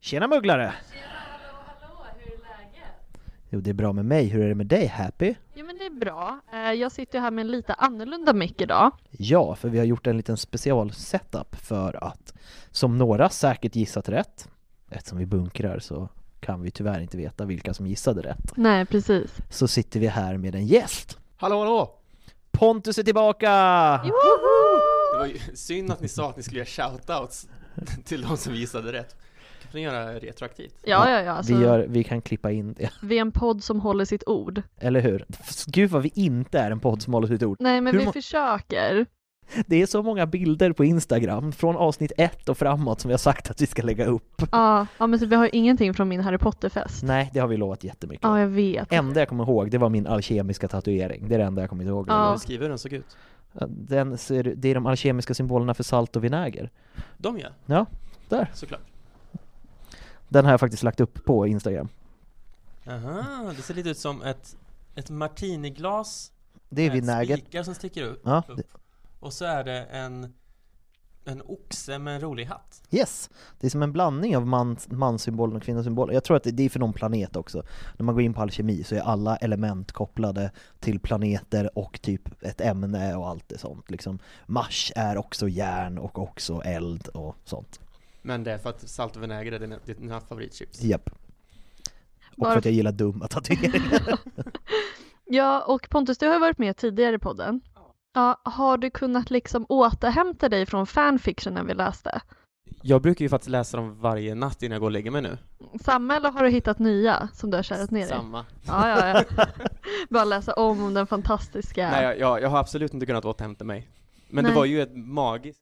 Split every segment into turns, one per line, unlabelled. Tjena mugglare!
Hallå, hur är läget?
Jo, det är bra med mig. Hur är det med dig, Happy?
Jo men det är bra. Eh, Jag sitter ju här med en lite annorlunda mick idag.
Ja, för vi har gjort en liten special setup för att, som några säkert gissat rätt, eftersom vi bunkrar så kan vi tyvärr inte veta vilka som gissade rätt,
Nej precis.
så sitter vi här med en gäst!
Hallå hallå!
Pontus är tillbaka!
Det var ju synd att ni sa att ni skulle göra shoutouts till de som gissade rätt. Kan ni göra retroaktivt?
Ja ja ja, alltså,
vi, gör, vi kan klippa in det,
vi är en podd som håller sitt ord.
eller hur? Gud vad vi inte är en podd som håller sitt ord.
Nej men
Hur
vi
må-
försöker.
Det är så många bilder på Instagram, från avsnitt ett och framåt, som vi har sagt att vi ska lägga upp.
Ja, ja men så vi har ju ingenting från min Harry Potter-fest.
Nej, det har vi lovat jättemycket.
Ja jag vet.
enda jag kommer ihåg, det var min alkemiska tatuering. Det är det enda jag kommer ihåg.
Ja.
Hur skriver den såg ut?
Den ser, det är de alkemiska symbolerna för salt och vinäger.
De ja,
Ja, där.
såklart.
Den har jag faktiskt lagt upp på Instagram.
Aha, det ser lite ut som ett, ett martiniglas
Det är
med
vinäger.
spikar som sticker upp.
Ja,
upp. Och så är det en, en oxe med en rolig hatt.
Yes! Det är som en blandning av mans, manssymbolen och kvinnosymbolen. Jag tror att det, det är för någon planet också. När man går in på alkemi så är alla element kopplade till planeter och typ ett ämne och allt det sånt. Liksom. Mars är också järn och också eld och sånt.
Men det är för att salt och vinäger är dina, dina favoritchips.
Japp. Och för
Varför-
att jag gillar dumma tatueringar.
Ja och Pontus du har ju varit med tidigare i podden. Ja, har du kunnat liksom återhämta dig från fanfictionen vi läste?
Jag brukar ju faktiskt läsa dem varje natt innan jag går och lägger mig nu.
Samma eller har du hittat nya som du har kärat ner i?
Samma.
Ja, ja, ja. Bara läsa om den fantastiska
Nej, jag, jag, jag har absolut inte kunnat återhämta mig. Men
Nej.
det var ju ett magiskt,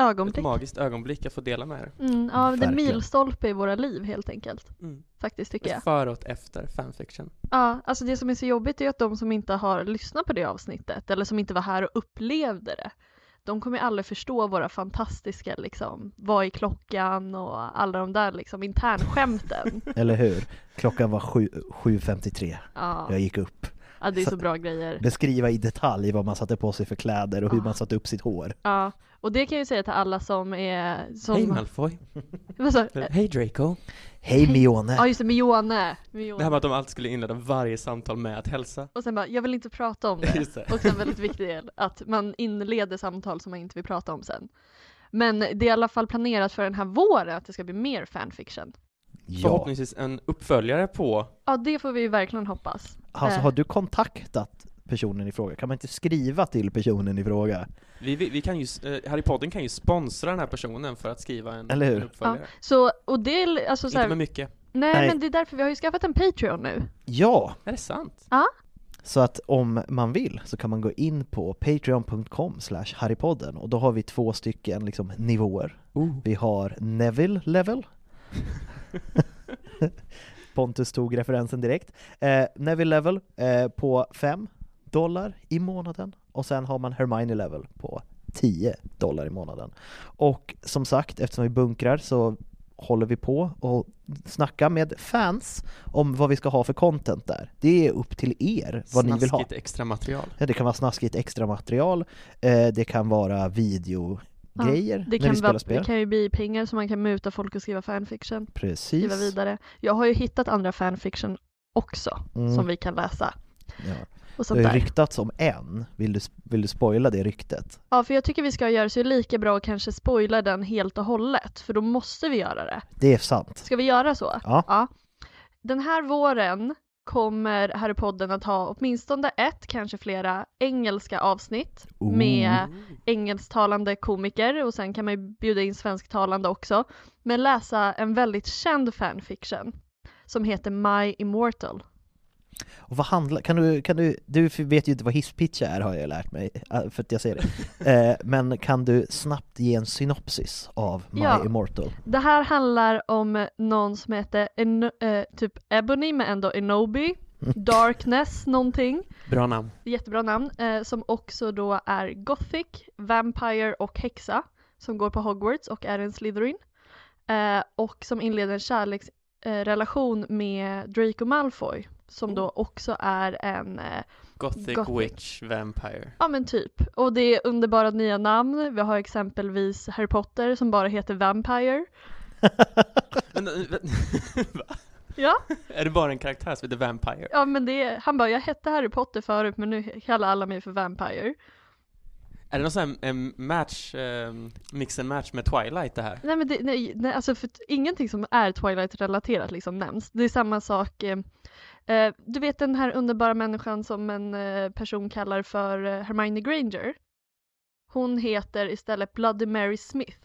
ett
ögonblick.
magiskt ögonblick att få dela med er.
Mm, ja, det är en
Verkligen.
milstolpe i våra liv helt enkelt.
Mm.
Faktiskt tycker jag.
Före och efter fanfiction.
Ja, alltså det som är så jobbigt är ju att de som inte har lyssnat på det avsnittet eller som inte var här och upplevde det, de kommer ju aldrig förstå våra fantastiska liksom, vad är klockan och alla de där liksom internskämten.
Eller hur? Klockan var sju- 7.53.
Ja,
Jag gick upp.
ja det är så bra grejer.
Beskriva i detalj vad man satte på sig för kläder
Ah.
och hur man satte upp sitt hår.
Ja, och det kan jag ju säga till alla som är... Som,
Hej Malfoy!
Vad sa du?
Eller, Hej Draco!
Hej Mione!
Ja just det, Mione. Mione.
Det här med att de alltid skulle inleda varje samtal med att hälsa.
Och sen bara, jag vill inte prata om det.
Just det.
Och sen väldigt viktig del, att man inleder samtal som man inte vill prata om sen. Men det är i alla fall planerat för den här våren att det ska bli mer fanfiction.
Ja.
Förhoppningsvis en uppföljare på...
Ja, det får vi ju verkligen hoppas.
Alltså
Eh,
har du kontaktat personen i fråga? Kan man inte skriva till personen i fråga?
Vi, vi, vi kan ju, s- eh, Harry Podden kan ju sponsra den här personen för att skriva en,
Eller hur?
en uppföljare.
Så, och det är alltså så
Inte
här,
med mycket.
nej,
Nej.
men det är därför vi har ju skaffat en Patreon nu.
Ja!
Är det sant?
Så att om man vill så kan man gå in på patreon.com slash harrypodden och då har vi två stycken liksom nivåer. Vi har Neville level. Pontus tog referensen direkt. Eh, Neville level eh, på 5 dollar i månaden och sen har man Hermione level på 10 dollar i månaden. Och som sagt, eftersom vi bunkrar så håller vi på och snackar med fans om vad vi ska ha för content där. Det är upp till er vad ni vill ha.
Snaskigt extra material.
Ja, det kan vara snaskigt extra material, eh, det kan vara videogrejer
det,
när vi
kan
spelar
vara,
spel.
det kan ju bli pengar som man kan muta folk och skriva fanfiction, skriva
Precis.
vidare. Jag har ju hittat andra fanfiction också
Mm.
som vi kan läsa
Ja.
och
Det
sånt
har
där.
ju ryktats om en. Vill du, vill du spoila det ryktet?
Ja, för jag tycker vi ska göra så det är lika bra att kanske spoila den helt och hållet, för då måste vi göra det.
Det är sant.
Ska vi göra så?
Ja.
Den här våren kommer Harrypodden att ha åtminstone ett, kanske flera, engelska avsnitt
Ooh.
med engelsktalande komiker och sen kan man ju bjuda in svensktalande också. Men läsa en väldigt känd fanfiction som heter My Immortal.
Och vad handlar, kan du, kan du, du vet ju inte vad hisspitch är har jag lärt mig, äh, för att jag ser det. Eh, Men kan du snabbt ge en synopsis av My
Ja.
Immortal?
Det här handlar om någon som heter en- eh, typ Ebony men ändå Enobi, Darkness någonting.
Bra namn.
Jättebra namn, eh, som också då är Gothic, Vampire och Häxa, som går på Hogwarts och är en Slytherin. Eh, och som inleder en kärleksrelation med Draco Malfoy, som då också är en, eh,
Gothic,
Gothic.
Witch Vampire.
ja men typ. Och det är underbara nya namn, vi har exempelvis Harry Potter som bara heter Vampire.
Men, men, va?
Ja,
är det bara en karaktär som heter Vampire?
ja men det är, han bara jag hette Harry Potter förut men nu kallar alla mig för Vampire.
Är det någon sån här em, match, em, mix and match med Twilight det här?
Nej men det, nej, nej, alltså för t- ingenting som är Twilight-relaterat liksom nämns. Det är samma sak, eh, eh, du vet den här underbara människan som en eh, person kallar för eh, Hermione Granger? Hon heter istället Bloody Mary Smith.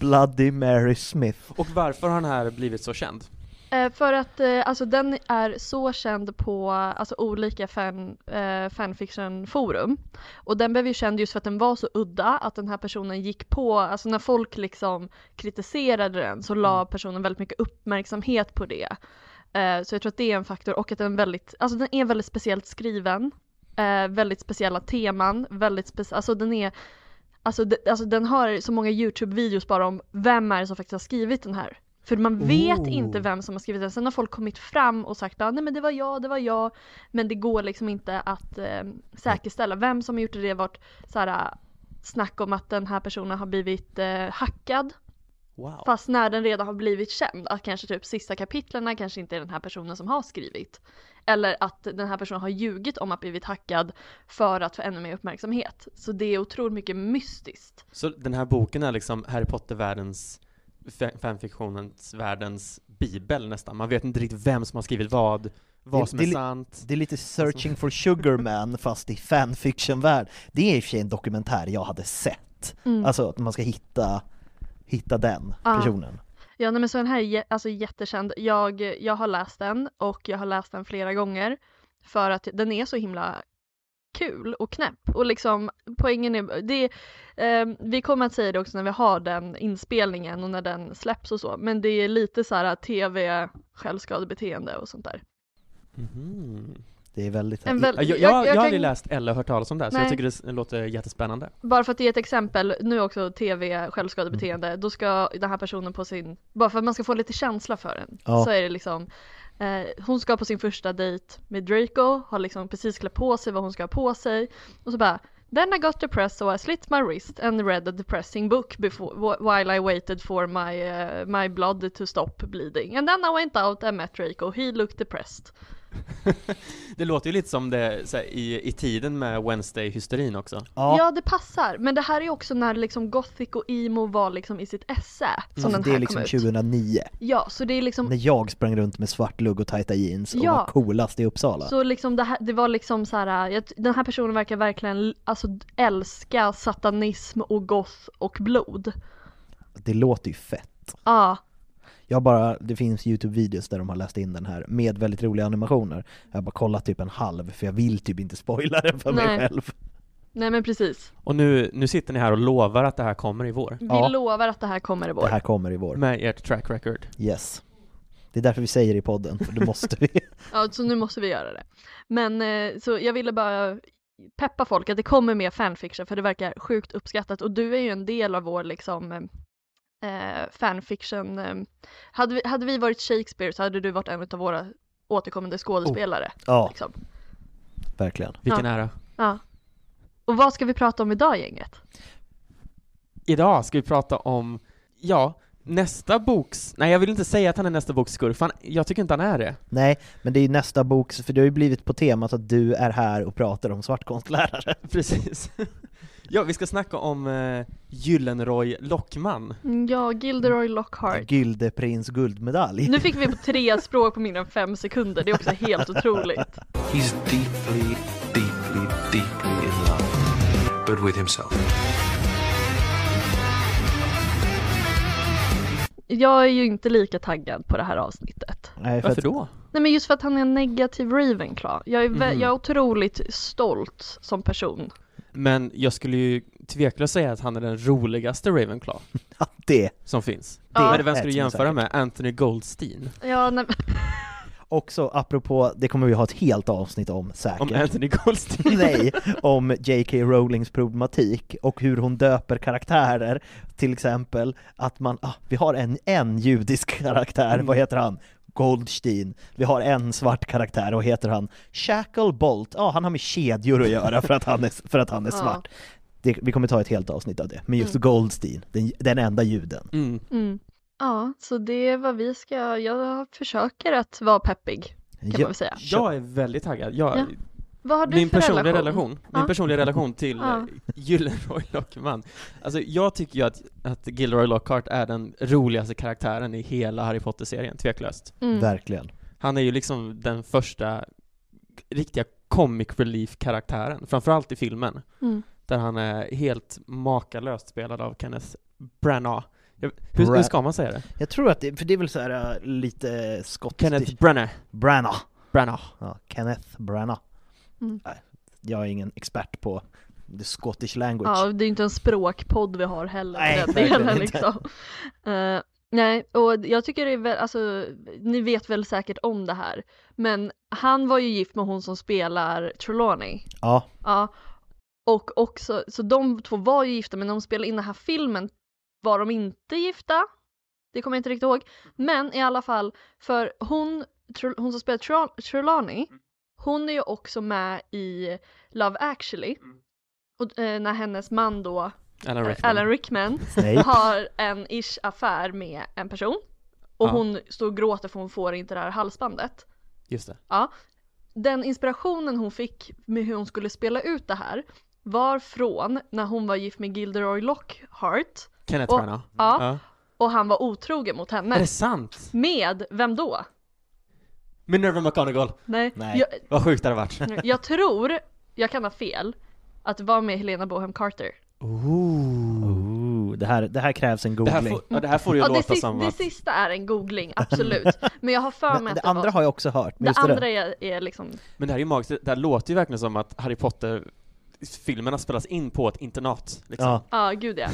Bloody Mary Smith.
Och varför har den här blivit så känd?
Eh, för att eh, alltså den är så känd på alltså, olika fan, eh, fanfiction-forum. Och den blev ju känd just för att den var så udda, att den här personen gick på, alltså när folk liksom kritiserade den så la personen väldigt mycket uppmärksamhet på det. Eh, så jag tror att det är en faktor och att den är väldigt, alltså den är väldigt speciellt skriven. Eh, väldigt speciella teman, väldigt speciell, alltså den är Alltså, de, alltså den har så många Youtube-videos bara om vem är det som faktiskt har skrivit den här. För man vet
Ooh.
inte vem som har skrivit den. Sen har folk kommit fram och sagt att nej men det var jag, det var jag. Men det går liksom inte att eh, säkerställa vem som har gjort det. Det har varit så här, äh, snack om att den här personen har blivit eh, hackad.
Wow.
Fast när den redan har blivit känd, att kanske typ sista kapitlerna kanske inte är den här personen som har skrivit. Eller att den här personen har ljugit om att blivit hackad för att få ännu mer uppmärksamhet. Så det är otroligt mycket mystiskt.
Så den här boken är liksom Harry Potter-världens, fa- fanfiktionens världens bibel nästan. Man vet inte riktigt vem som har skrivit vad, vad
Det-
som
det
är
li-
sant.
Det är lite searching for sugar man fast i fanfiction-värld. Det är i och för sig en dokumentär jag hade sett. Alltså att man ska hitta, hitta den personen.
Mm. Ja nej, men så den här är jä- alltså, jättekänd. Jag, jag har läst den och jag har läst den flera gånger. För att den är så himla kul och knäpp. Och liksom poängen är, det, ehm, vi kommer att säga det också när vi har den inspelningen och när den släpps och så. Men det är lite så här tv, självskadebeteende och sånt där.
Mhm.
Det är väldigt...
En väl-
Ja, Jag,
Mm-hmm. jag-
jag, jag,
jag
har aldrig
kan-
läst eller hört talas om det här, så
Nej.
jag tycker det s- låter jättespännande.
Bara för att ge ett exempel, nu också tv, självskadebeteende, då ska den här personen på sin, bara för att man ska få lite känsla för den,
Ja.
så är det liksom eh, hon ska på sin första dejt med Draco, har liksom precis klätt på sig vad hon ska ha på sig och så bara Then I got depressed so I slit my wrist and read a depressing book before, wh- while I waited for my, eh, my blood to stop bleeding. And then I went out and met Draco, he looked depressed.
Det låter ju lite som det så här, i, i tiden med Wednesday-hysterin också.
Ja. det passar, men det här är också när liksom gothic och emo var liksom i sitt esse som den
det
här
är liksom
kom ut.
2009.
Ja, så det är liksom,
När jag sprang runt med svart lugg och tajta jeans och
Ja.
var coolast i Uppsala.
så liksom det, här, det var liksom så här, jag, den här personen verkar verkligen alltså, älska satanism och goth och blod.
Det låter ju fett.
Ja,
Jag bara, det finns Youtube-videos där de har läst in den här med väldigt roliga animationer. Jag har bara kollat typ en halv för jag vill typ inte spoila den för mig
Nej.
själv.
nej men precis.
Och nu, nu sitter ni här och lovar att det här kommer i vår.
Vi
Ja.
lovar att det här kommer i vår.
Det här kommer i vår.
Med ert track record.
Yes. Det är därför vi säger det i podden, för det måste vi.
Ja, så nu måste vi göra det. Men eh, så jag ville bara peppa folk att det kommer mer fanfiction för det verkar sjukt uppskattat och du är ju en del av vår liksom eh, fanfiction. Eh, hade, vi, hade vi varit Shakespeare så hade du varit en av våra återkommande skådespelare.
Oh, Ja,
Liksom.
verkligen.
Vilken ära.
Ja. Och vad ska vi prata om idag gänget?
Idag ska vi prata om, ja, nästa boks... Nej, jag vill inte säga att han är nästa boks skurk, för han, jag tycker inte han är det.
Nej, men det är ju nästa bok, för det har ju blivit på temat att du är här och pratar om svartkonstlärare.
Precis. Ja, vi ska snacka om eh, Gyllenroy Lockman.
Ja, Gilderoy Lockhart.
Gyldeprins guldmedalj.
Nu fick vi på tre språk på mindre än fem sekunder, det är också helt otroligt.
He's deeply, deeply, deeply in love, but with himself.
Jag är ju inte lika taggad på det här avsnittet.
Nej, för
Varför
att,
då?
Nej men just för att han är en negativ Ravenclaw. Jag är, vä-
Mhm.
jag är otroligt stolt som person.
Men jag skulle ju tveklöst säga att han är den roligaste Ravenclaw
ja, det,
som finns.
Ja.
Men vem ska
är
du jämföra
säkert.
med? Anthony Goldstein?
Ja, nej,
Också apropå, det kommer vi ha ett helt avsnitt om säkert.
Om Anthony Goldstein?
Nej, om J.K. Rowlings problematik och hur hon döper karaktärer. Till exempel att man, ah, vi har en, en judisk karaktär,
Mm.
vad heter han? Goldstein. Vi har en svart karaktär, och heter han? Shacklebolt. Ja, ah, han har med kedjor att göra för att han är, för att han är
Ja.
svart. Det, vi kommer ta ett helt avsnitt av det, men just Goldstein, den, den enda juden.
Mm.
mm. ja, så det är vad vi ska, jag försöker att vara peppig kan man väl säga.
Jag är väldigt taggad. Jag,
Ja. Vad har du
min
för
personliga
relation?
relation, min
Ja.
personliga relation till
Ja.
eh, Gyllenroy Lockman. Alltså jag tycker ju att, att Gilroy Lockhart är den roligaste karaktären i hela Harry Potter-serien, tveklöst.
Mm.
Verkligen.
Han är ju liksom den första riktiga comic relief-karaktären, framförallt i filmen,
Mm.
där han är helt makalöst spelad av Kenneth Branagh. Jag, hur, hur ska man säga det?
Jag tror att det, för det är väl så här äh, lite skottiskt...
Kenneth Branagh.
Branagh.
Branagh.
Ja, Kenneth Branagh.
Mm.
Nej, jag är ingen expert på the Scottish language.
Ja, det är ju inte en språkpodd vi har heller.
Nej,
Nej, den
verkligen
delen,
inte.
liksom. Eh, nej, och jag tycker det är väl, alltså, ni vet väl säkert om det här, men han var ju gift med hon som spelar Trelawney.
Ja,
Ja. Och också, så de två var ju gifta men när de spelade in den här filmen var de inte gifta. Det kommer jag inte riktigt ihåg. Men i alla fall, för hon, Tre- hon som spelar Tre- Trelawney, hon är ju också med i Love actually. Och, eh, när hennes man då,
Alan
eh,
Rickman.
Alan Rickman,
Snape.
har en ish affär med en person. Och
Ja.
hon står och gråter för hon får inte det här halsbandet.
Just det.
Ja. Den inspirationen hon fick med hur hon skulle spela ut det här var från när hon var gift med Gilderoy Lockhart
Kenneth
Och-
Branagh.
ja. och han var otrogen mot
Är
henne.
det sant?
Med vem då?
Minerva McGonagall.
Nej,
Nej.
Jag,
Vad sjukt det hade varit.
jag tror, jag kan ha fel, att det var med Helena Bohem Carter.
Ooh, det, här, det här krävs en
Det här
googling.
får, ja, det här får ju
Ja, det,
låta
sis-
som
det
att...
sista är en googling, absolut. Men jag har för mig
Men
att
det
det,
andra
var...
har jag också hört. Men
Det
just det,
andra
där.
är, är liksom,
Men det här är ju magiskt, det här låter ju verkligen som att Harry Potter filmerna spelas in på ett internat. Liksom.
Ja,
ja gud ja.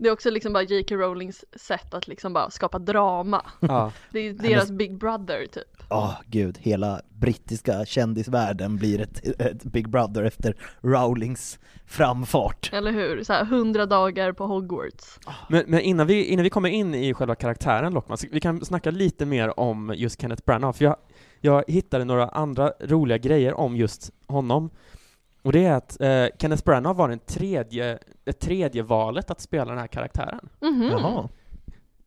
Det är också liksom bara J.K. Rowlings sätt att liksom bara skapa drama.
Ja.
Det är deras Big Brother typ.
åh gud, hela brittiska kändisvärlden blir ett, ett Big Brother efter Rowlings framfart.
Eller hur? Så här, 100 dagar på Hogwarts.
Men, men innan, vi, innan vi kommer in i själva karaktären Lockman, så vi kan snacka lite mer om just Kenneth Branagh, för jag, jag hittade några andra roliga grejer om just honom. Och det är att eh, Kenneth Branagh var den tredje, det tredje valet att spela den här karaktären.
Mhm.
Jaha.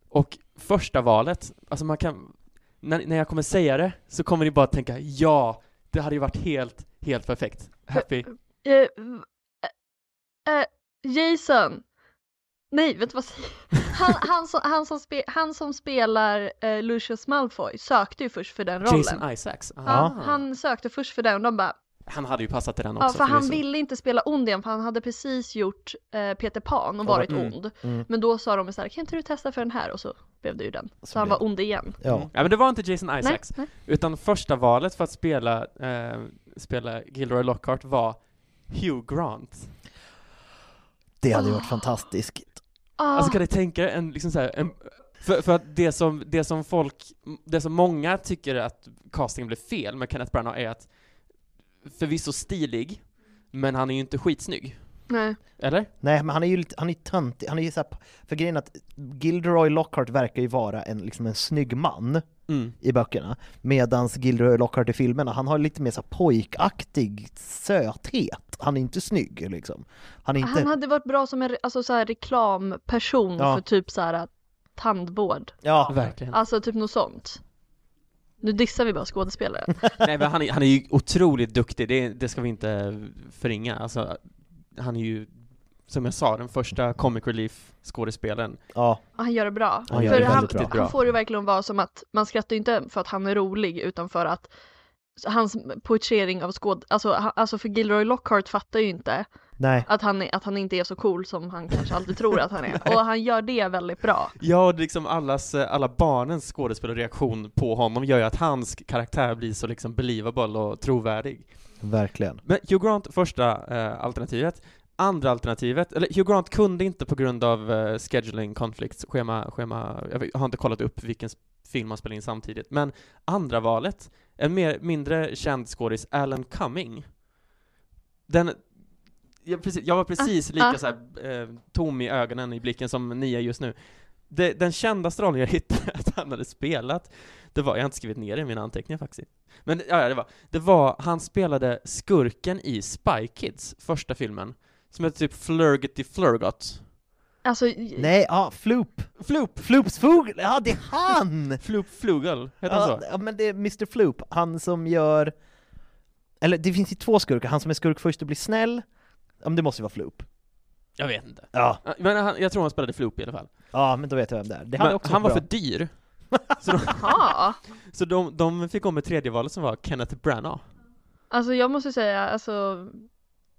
Och första valet, alltså man kan... När, när jag kommer säga det så kommer ni bara tänka ja, det hade ju varit helt, helt perfekt. Happy.
Eh, v- eh, eh, Jason. Nej, vet du vad säger jag? han, han, som, han, som spe, han som spelar eh, Lucius Malfoy sökte ju först för den rollen.
Jason Isaacs. Ah.
Ja, han sökte först för den och de bara,
Han hade ju passat till den också.
ja för han
förvisso.
ville inte spela ond igen för han hade precis gjort eh, Peter Pan och varit
mm,
ond.
mm.
Men då sa de så här, kan inte du testa för den här? Och så blev det ju den. Så, han
blev
var ond igen.
Ja.
Mm. Ja, men det var inte Jason
Nej,
Isaacs.
nej.
Utan första valet för att spela, eh, spela Gilroy Lockhart var Hugh Grant.
Det hade ju varit fantastiskt.
Ah,
Alltså kan du tänka dig en, liksom så här, en, För, för att det som, det som folk, det som många tycker att castingen blev fel med Kenneth Branagh är att förvisso stilig, men han är ju inte skitsnygg.
Ah, Nej.
Eller?
Nej men han är ju lite, han är ju töntig, han är ju såhär, för grejen är att Gilderoy Lockhart verkar ju vara en, liksom en snygg man
Mm.
i böckerna, medan Gilderoy Lockhart i filmerna, han har lite mer så här pojkaktig söthet. Han är inte snygg liksom. Han är inte...
Ah, Han hade varit bra som en re- alltså, så här, reklamperson
Ja.
för typ så här tandvård.
Ja,
Verkligen.
Alltså typ något sånt. Nu dissar vi bara skådespelare.
Nej men han är, han är ju otroligt duktig, det, det ska vi inte förringa. Alltså, han är ju, som jag sa, den första comic relief-skådespelaren.
ja.
Och han gör det bra.
Han gör
för
det
han,
väldigt bra.
han får ju verkligen vara som att man skrattar ju inte för att han är rolig utan för att hans poetering av skåd, alltså, han- alltså för Gilroy Lockhart fattar ju inte
Nej.
att han, är, att han inte är så cool som han kanske alltid tror att han är. Och han gör det väldigt bra.
Ja, och liksom allas, alla barnens skådespelarreaktion på honom gör ju att hans karaktär blir så liksom believable och trovärdig.
Verkligen.
Men Hugh Grant, första eh, alternativet. Andra alternativet, eller Hugh Grant kunde inte på grund av eh, scheduling conflicts, schema, schema, jag vet- har inte kollat upp vilken s- film han spelade in samtidigt, men andra valet, en mer, mindre känd skådis, Alan Cumming. Den, jag, precis, jag var precis
Ah,
lika
ah.
så här, eh, tom i ögonen i blicken som ni är just nu. Det, den kändaste rollen jag hittade att han hade spelat, det var, jag har inte skrivit ner det i mina anteckningar faktiskt. Men ja, ja, det var, det var, han spelade skurken i Spy Kids, första filmen, som hette typ Flurgety Flurgot.
Alltså,
Nej, ja, Floop.
Floop!
Floops fågel, ja det är han!
Floop Flugel, heter han
Ja,
så?
ja men det är Mr Floop, han som gör... Eller det finns ju två skurkar, han som är skurk först och blir snäll, ja men det måste ju vara Floop.
Jag vet inte.
Ja,
Ja, Men han, jag tror han spelade Floop i alla fall.
ja men då vet jag vem det är. Det hade
Men
också
han var
varit
för
bra.
dyr,
jaha.
så de, de fick om ett tredje valet som var Kenneth Branagh.
Alltså jag måste säga, alltså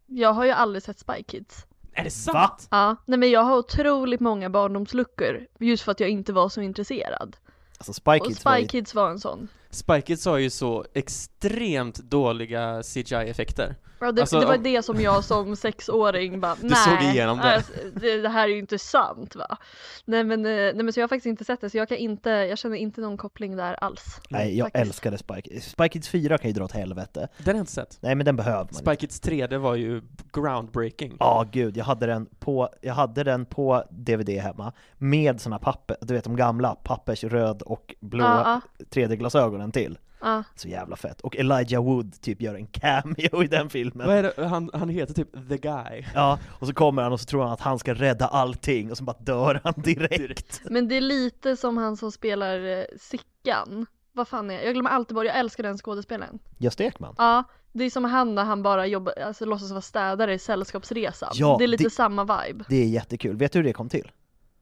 jag har ju aldrig sett Spy Kids.
Är det sant?
Va?
Ja, nej men jag har otroligt många barndomsluckor just för att jag inte var så intresserad.
Alltså Spy
Och
Kids var
Spy
ju...
Kids var en sån.
Spy Kids har ju så extremt dåliga CGI-effekter.
Ja, det,
Alltså,
det var
om-
det som jag som sexåring bara,
Du
nej,
såg igenom det."
alltså, det. Det här är ju inte sant va. Nej men, eh, nej men så jag har faktiskt inte sett det så jag kan inte, jag känner inte någon koppling där alls.
Nej, jag
Faktiskt.
älskade Spy Kids. Spy Kids 4 kan ju dra åt helvete.
Den har jag inte sett.
Nej men den behöver man
Spy Kids 3D var ju groundbreaking.
Ja gud, jag hade, den på, jag hade den på DVD hemma med såna papper, du vet de gamla, pappersröd och blåa
Ja,
3D-glasögonen till.
Ja.
Så jävla fett. Och Elijah Wood typ gör en cameo i den filmen.
Vad är det? Han, han heter typ The Guy.
Ja, och så kommer han och så tror han att han ska rädda allting och så bara dör han direkt.
Men det är lite som han som spelar eh, Sickan. Vad fan är Jag glömmer alltid bort, jag älskar den skådespelaren.
Gösta Ekman?
Ja, det är som han när han bara jobbar, alltså låtsas vara städare i Sällskapsresan.
Ja,
det är lite
det-
samma vibe.
Det är jättekul. Vet du hur det kom till?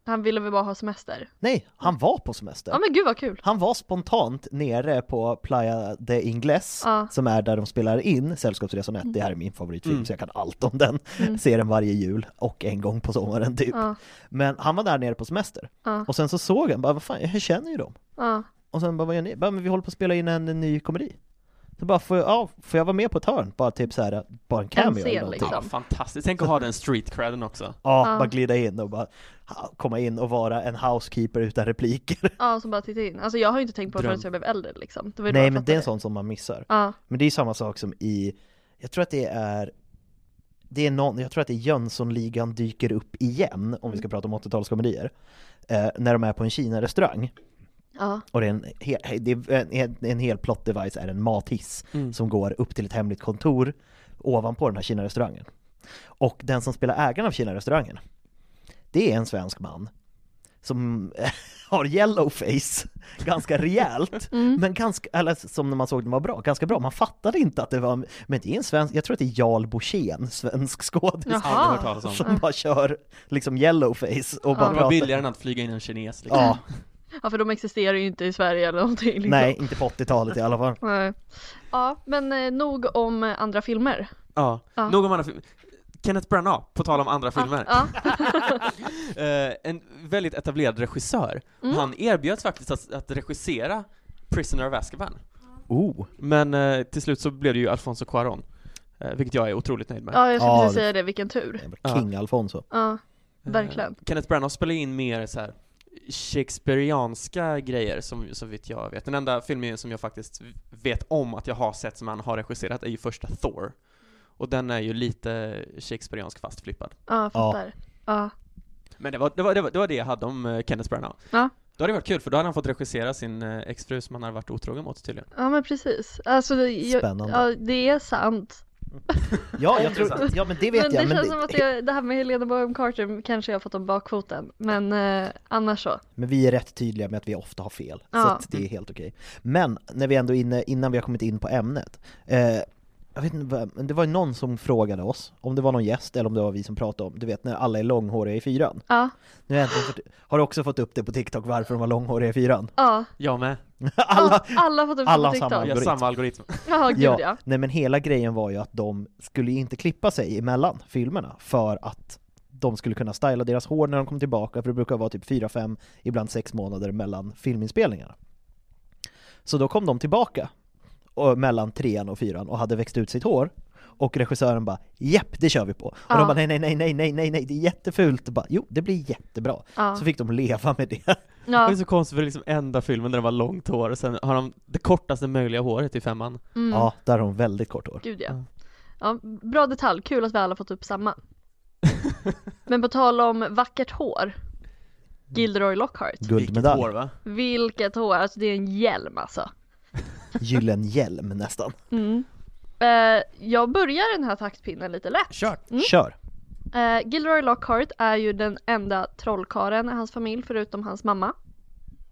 Han ville väl bara ha semester.
Nej, han var på semester.
Ja men gud vad kul.
Han var spontant nere på Playa de Ingles,
Ja.
som är där de spelar in Sällskapsresan 1. Det här är min favoritfilm så jag kan allt om den. Ser den varje jul och en gång på sommaren typ.
Mm. Ja.
Men han var där nere på semester.
Ja.
Och sen så såg han bara, vad fan, jag känner ju dem.
Ja.
Och sen bara, vad gör ni? Bara, men vi håller på att spela in en, ny komedi. Så bara, får jag, ja, får jag vara med på ett hörn? Bara typ så här, bara en cameo
scen,
eller någonting.
liksom.
Ja, fantastiskt. Tänk att ha den street credden också.
Ja,
Ja.
bara glida in och bara ha, komma in och vara en housekeeper utan repliker.
Ja, som bara tittar in. Alltså jag har ju inte tänkt på det
Dröm.
förrän jag blev äldre liksom. Det var ju då
Nej
jag
men det är en
fattade.
sån som man missar.
Ja,
Men det är samma sak som i, jag tror att det är, det är någon, jag tror att det är Jönssonligan dyker upp igen, om vi ska prata om 80-talskomedier. Eh, när de är på en Kina-restaurang.
ja.
Och det är en hel, det är en, en, en hel plot device är en mathiss
Mm.
som går upp till ett hemligt kontor ovanpå den här Kina-restaurangen. Och den som spelar ägaren av Kina-restaurangen, det är en svensk man som har yellowface ganska rejält, men ganska, eller som när man såg den var bra, ganska bra. Man fattade inte att det var, men det är en svensk, jag tror att det är Jarl Borssén, svensk skådis,
Aldrig hört talas om.
som bara kör liksom yellowface och bara
Det var
pratar.
billigare än att flyga in en kines liksom.
Ja,
ja, för de existerar ju inte i Sverige eller någonting liksom.
nej, inte på 80-talet i alla fall.
Nej. Ja, men eh, nog om eh, andra filmer.
Ja. Nog om andra filmer. Kenneth Branagh, på tal om andra filmer.
Ja,
Eh, en väldigt etablerad regissör.
Mm.
Han erbjöds faktiskt att, att regissera Prisoner of Azkaban.
Oh.
Men eh, till slut så blev det ju Alfonso Cuarón. eh, vilket jag är otroligt nöjd med.
ja jag skulle
Ja,
precis
det-
säga det, vilken tur.
Jävla King Alfonso.
Eh,
Ja, verkligen.
Kenneth Branagh spelar in mer så här Shakespeareanska grejer som, så vitt jag vet. Den enda filmen som jag faktiskt vet om att jag har sett som han har regisserat är ju första Thor. Och den är ju lite Shakespeareansk fast flippad.
Ja, fattar. Ja.
Men det var det, var, det, var, det, var det jag hade om eh, Kenneth Branagh.
Ja.
Då hade det varit kul, för då hade han fått regissera sin eh, exfru som han hade varit otrogen mot tydligen.
Ja men precis. Alltså det, jag,
Spännande.
ja, det är sant.
Ja, jag tror, ja men det vet
men
jag.
det
men
känns som att jag, det här med Helena Bonham Carter kanske jag har fått om bakfoten. Men eh, annars så.
Men vi är rätt tydliga med att vi ofta har fel, så
Ja.
att det är helt okej. Men när vi ändå är inne, innan vi har kommit in på ämnet, eh, jag vet inte, vem, men det var ju någon som frågade oss, om det var någon gäst eller om det var vi som pratade om, du vet när alla är långhåriga i fyran.
Ja.
Nu har, jag äntligen fått, har du också fått upp det på TikTok varför de var långhåriga i fyran?
Ja.
Jag med.
alla,
Ja, alla har fått upp det
alla
på TikTok.
samma
Jag
algoritm.
har samma algoritm.
Ja, gud
ja,
ja.
nej men hela grejen var ju att de skulle ju inte klippa sig emellan filmerna för att de skulle kunna styla deras hår när de kom tillbaka, för det brukar vara typ 4-5, ibland 6 månader mellan filminspelningarna. Så då kom de tillbaka och, mellan trean och fyran och hade växt ut sitt hår och regissören bara ”Japp, det kör vi på” och
Ja.
de bara ”Nej, nej, nej, nej, nej, nej, nej, det är jättefult” och bara, ”Jo, det blir jättebra”
Ja.
Så fick de leva med det.
Det
ja.
är så konstigt för det är liksom enda filmen där det var långt hår, och sen har de det kortaste möjliga håret i femman.
Mm.
Ja, där har de väldigt kort hår.
Gud
Ja.
ja. ja. Bra detalj, kul att vi alla fått upp samma. Men på tal om vackert hår. Gilderoy Lockhart.
Vilket hår
Guldmedalj.
va?
Vilket hår, alltså det är en hjälm alltså.
Gyllenhjälm nästan.
Mm. Eh, jag börjar den här taktpinnen lite lätt.
Kör!
Kör!
Eh, Gilroy Lockhart är ju den enda trollkaren i hans familj förutom hans mamma.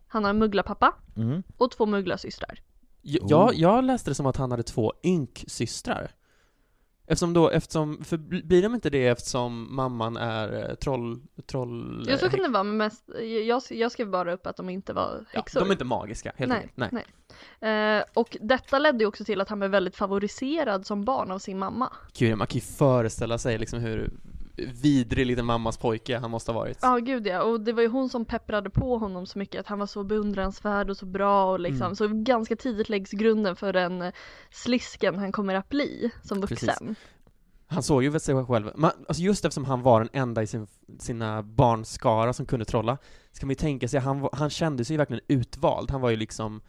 Han har en mugglarpappa
Mm.
och två mugglarsystrar.
J-
Oh.
Jag, jag läste det som att han hade två ynksystrar. Eftersom då, eftersom, för bl- blir de inte det eftersom mamman är eh, troll, troll...
Jag så
eh,
kan det vara, men mest, jag, jag skrev bara upp att de inte var
ja,
häxor.
De är inte magiska, helt
Nej,
enkelt. Nej.
nej. Eh, och detta ledde ju också till att han blev väldigt favoriserad som barn av sin mamma.
Gud, man kan ju föreställa sig liksom hur vidrig liten mammas pojke han måste ha varit.
Ja, gud ja. Och det var ju hon som pepprade på honom så mycket, att han var så beundransvärd och så bra och liksom.
Mm.
Så ganska tidigt läggs grunden för den eh, slisken han kommer att bli som
Precis.
vuxen.
Han såg ju väl sig själv, man, alltså just eftersom han var den enda i sin, sina barnskara som kunde trolla, ska man ju tänka sig, han, var- han kände sig ju verkligen utvald, han var ju liksom,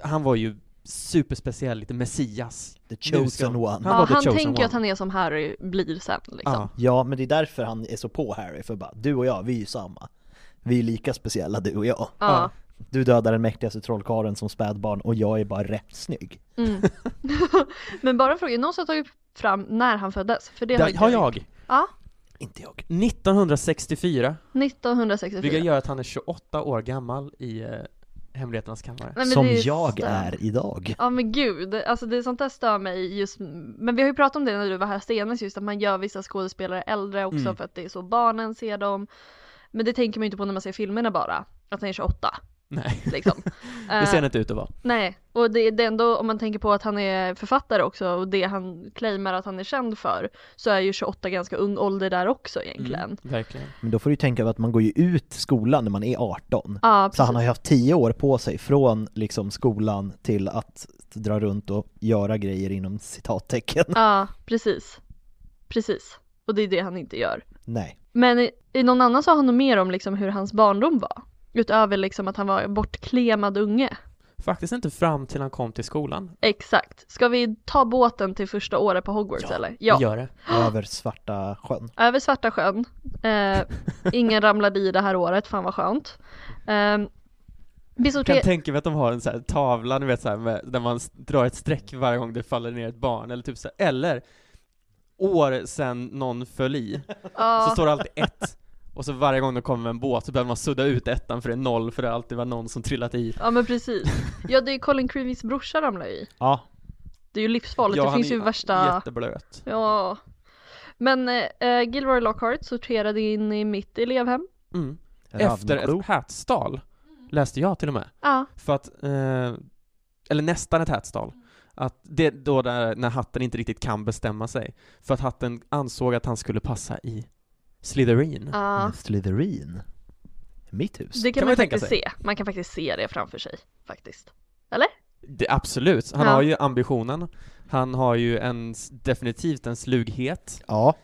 han var ju superspeciell, lite Messias.
The
Nu ska-
chosen one.
Han
Han,
var
ja,
the
han
chosen
tänker
one.
ju att han är som Harry blir sen liksom.
Ja.
Ja, men det är därför han är så på Harry, för bara du och jag, vi är ju samma. Vi är lika speciella du och jag.
Ja.
Du dödar den mäktigaste trollkarlen som spädbarn och jag är bara rätt snygg.
Mm. Men bara en fråga, någon som har tagit fram när han föddes? För det
Där
inte
har jag!
Ja,
Inte jag.
1964, vilket
1964.
gör att han är 28 år gammal i eh, Hemligheternas kammare.
Nej, men
Som
det ju
jag
stör-
är idag.
Ja men gud, alltså det är sånt där stör mig just, men vi har ju pratat om det när du var här Stenes just att man gör vissa skådespelare äldre också
Mm.
för att det är så barnen ser dem. Men det tänker man ju inte på när man ser filmerna bara, att han är 28
Nej,
liksom.
det
Eh,
ser han inte ut att vara.
Nej, och det, det är ändå om man tänker på att han är författare också och det han claimar att han är känd för så är ju 28 ganska ung ålder där också egentligen.
Mm, verkligen.
Men då får du tänka på att man går ju ut skolan när man är 18.
Ja,
Så
precis.
han har ju haft 10 år på sig från liksom skolan till att dra runt och göra grejer inom citattecken.
Ja, precis. Precis. Och det är det han inte gör.
Nej.
Men i, i någon annan sa han nog mer om liksom hur hans barndom var. Utöver liksom att han var bortklemad unge.
Faktiskt inte fram till han kom till skolan.
Exakt. Ska vi ta båten till första året på Hogwarts eller?
Vi Gör det.
Över Svarta sjön.
Över Svarta sjön. Eh, ingen ramlade i det här året, fan vad skönt. Eh,
Jag
Bisotre-
kan tänka mig att de har en sån här tavla, ni vet så här, med, där man s- drar ett streck varje gång det faller ner ett barn, eller typ så här, eller år sedan någon föll i, så
Ja,
står det alltid ett, och så varje gång det kommer en båt så behöver man sudda ut ettan för det är noll, för det har alltid var någon som trillat i.
ja men precis. Ja det är ju Colin Creevys brorsa ramlar ju i.
Ja,
Det är ju livsfarligt, det
han
finns
är
ju värsta...
jätteblöt.
Ja. Men eh, Gilroy Lockhart sorterade in i mitt elevhem.
Mm. Efter
Ravenclaw.
ett hätstal, läste jag till och med.
Ja.
För att, eh, eller nästan ett hätstal.
Mm.
Att det då där, när hatten inte riktigt kan bestämma sig. För att hatten ansåg att han skulle passa i Slytherin.
ja.
Slytherin. Mitt hus.
Det kan,
Kan man
man ju
tänka
faktiskt
sig.
se. Man kan faktiskt se det framför sig faktiskt.
Det, absolut, han
Ja.
har ju ambitionen. Han har ju en, s- definitivt en slughet.
Ja.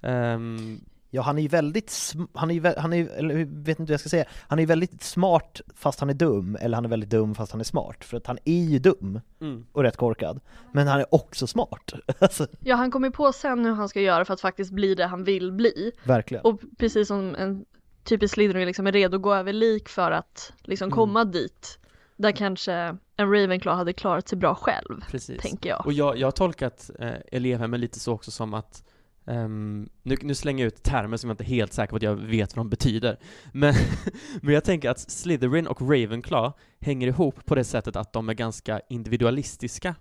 Ehm,
Ja, han är ju väldigt, sm- han är ju, vä- han är ju, eller hur- vet inte hur jag ska säga, han är ju väldigt smart fast han är dum, eller han är väldigt dum fast han är smart. För att han är ju dum
Mm.
och rätt korkad, men han är också smart. Alltså,
Ja, han kommer ju på sen hur han ska göra för att faktiskt bli det han vill bli.
verkligen.
Och precis som en typisk Slytherin liksom är redo att gå över lik för att
Mm.
liksom komma dit. Där kanske en Ravenclaw hade klarat sig bra själv,
Precis.
tänker jag.
Och jag, jag har tolkat eh, elevhemmen lite så också som att ehm, nu, nu slänger jag ut termer som jag inte är helt säker på att jag vet vad de betyder. Men, men jag tänker att Slytherin och Ravenclaw hänger ihop på det sättet att de är ganska individualistiska eh,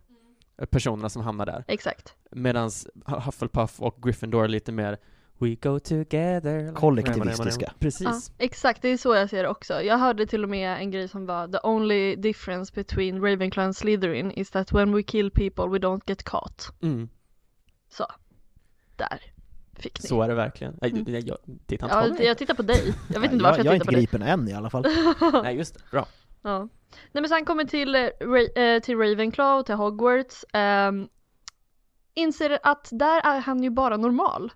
Mm.
personerna som hamnar där.
Exakt.
Medan Hufflepuff och Gryffindor är lite mer We go together.
Kollektivistiska.
Ja,
Precis.
exakt, det är så jag ser det också. Jag hörde till och med en grej som var the only difference between Ravenclaw and Slytherin is that when we kill people we don't get caught.
Mm.
Så, där fick ni.
Så är det verkligen. Nej,
Mm.
jag, jag, titta inte på
ja,
mig.
jag tittar på dig. Jag vet inte
jag,
varför
jag
jag,
är inte
tittar på dig.
gripen än i alla fall.
Nej, just det. Bra.
Ja. Nej men så han kommer till, eh, Ra- eh, till Ravenclaw och till Hogwarts. ehm, inser att där är han ju bara normal.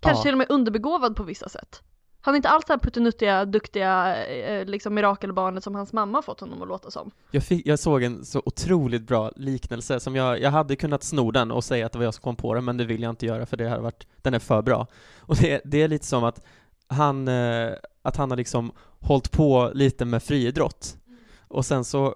Kanske
Ja.
till och med underbegåvad på vissa sätt. Han är inte alls det här puttinuttiga, duktiga, eh, liksom mirakelbarnet som hans mamma har fått honom att låta som.
Jag, fick, jag såg en så otroligt bra liknelse som jag, jag hade kunnat sno den och säga att det var jag som kom på den, men det vill jag inte göra för det hade varit, den är för bra. Och det, det är lite som att han, eh, att han har liksom hållit på lite med friidrott och sen så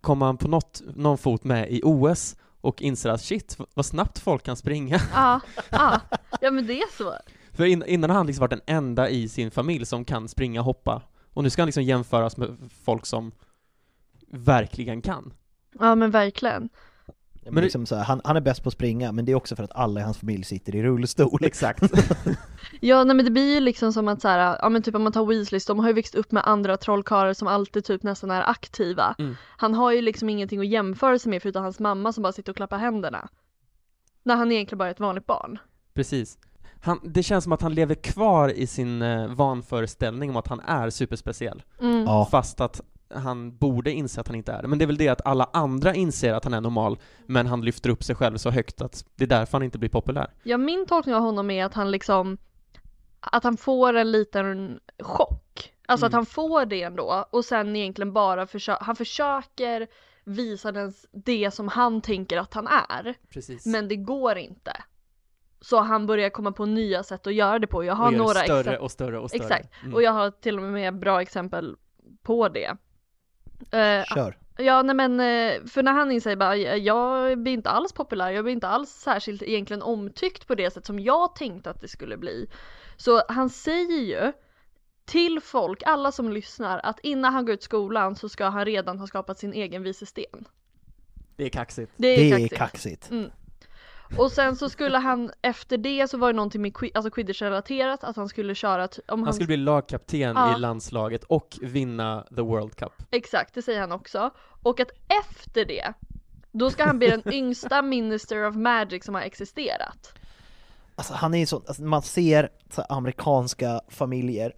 kommer han på något, någon fot med i OS och inser att shit, vad snabbt folk kan springa.
Ja, ja, Ah, ja men det är så.
För in, innan har han liksom varit den enda i sin familj som kan springa och hoppa. Och nu ska han liksom jämföras med folk som verkligen kan.
Ja men verkligen.
Men
Men-
liksom så här, han, han är bäst på att springa, men det är också för att alla i hans familj sitter i rullstol.
Exakt.
Ja nej men det blir ju liksom som att så här, ja men typ om man tar Weasleys, de har ju växt upp med andra trollkarlar som alltid typ nästan är aktiva.
Mm.
Han har ju liksom ingenting att jämföra sig med förutom hans mamma som bara sitter och klappar händerna. När han egentligen bara är ett vanligt barn.
Precis. Han, det känns som att han lever kvar i sin eh, vanföreställning om att han är superspeciell.
Mm.
Ja,
Fast att han borde inse att han inte är det. Men det är väl det att alla andra inser att han är normal, men han lyfter upp sig själv så högt att det är därför han inte blir populär.
Ja min tolkning av honom är att han liksom, att han får en liten chock. Alltså att
Mm.
han får det ändå och sen egentligen bara försöker, han försöker visa den, det som han tänker att han är.
Precis.
Men det går inte. Så han börjar komma på nya sätt att göra det på. Jag har
och gör
några
det större
exempel.
och större och större.
Exakt.
Mm.
Och jag har till och med bra exempel på det. Eh,
kör.
ja, nej men, eh, för när han inser bara, "Jag- jag blir inte alls populär, jag blir inte alls särskilt egentligen omtyckt på det sätt som jag tänkte att det skulle bli. Så han säger ju till folk, alla som lyssnar, att innan han går ut skolan så ska han redan ha skapat sin egen visesten.
Det är kaxigt.
Det är,
Det är
kaxigt.
kaxigt.
Och sen så skulle han, efter det så var det någonting med quid, alltså quidditch-relaterat, att han skulle köra, t- om
Han skulle bli lagkapten
Mm. Ja.
i landslaget och vinna the World Cup.
Exakt, det säger han också. Och att efter det, då ska han bli den yngsta minister of magic som har existerat.
Alltså han är ju sån, alltså, man ser så här, amerikanska familjer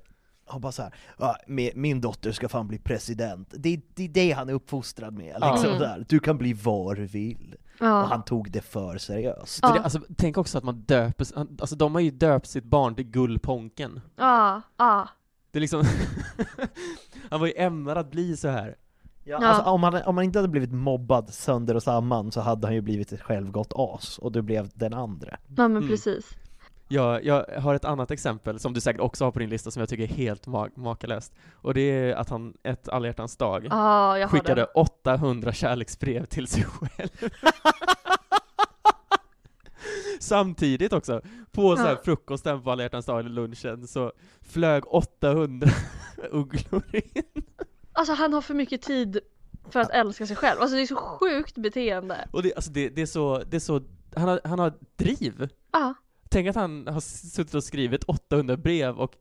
och bara så här, "Ja, "Mi- min dotter ska fan bli president. Det, det är det han är uppfostrad med. Liksom,
Mm.
så här, du kan bli vad du vill. Och
Ja.
han tog det för seriöst.
Ja.
Det, alltså, tänk också att man döper, alltså de har ju döpt sitt barn till Gullponken.
Ja, ja.
Det är liksom... han var ju ämnad att bli så här.
Ja. Alltså, om, han, om han inte hade blivit mobbad sönder och samman så hade han ju blivit ett självgott as och du blev den andra.
Ja men
Mm.
precis.
Jag, jag har ett annat exempel som du säkert också har på din lista som jag tycker är helt ma- makalöst. Och det är att han, ett alla hjärtans dag,
Ja, jag har
skickade
den.
800 kärleksbrev till sig själv. Samtidigt också, på så här
Ja.
frukosten på alla hjärtans dag eller lunchen så flög 800 ugglor in.
Alltså han har för mycket tid för att älska sig själv. Alltså det är så sjukt beteende.
Och det, alltså det, det är så, det är så, han har, han har driv.
Ja,
Tänk att han har suttit och skrivit 800 brev och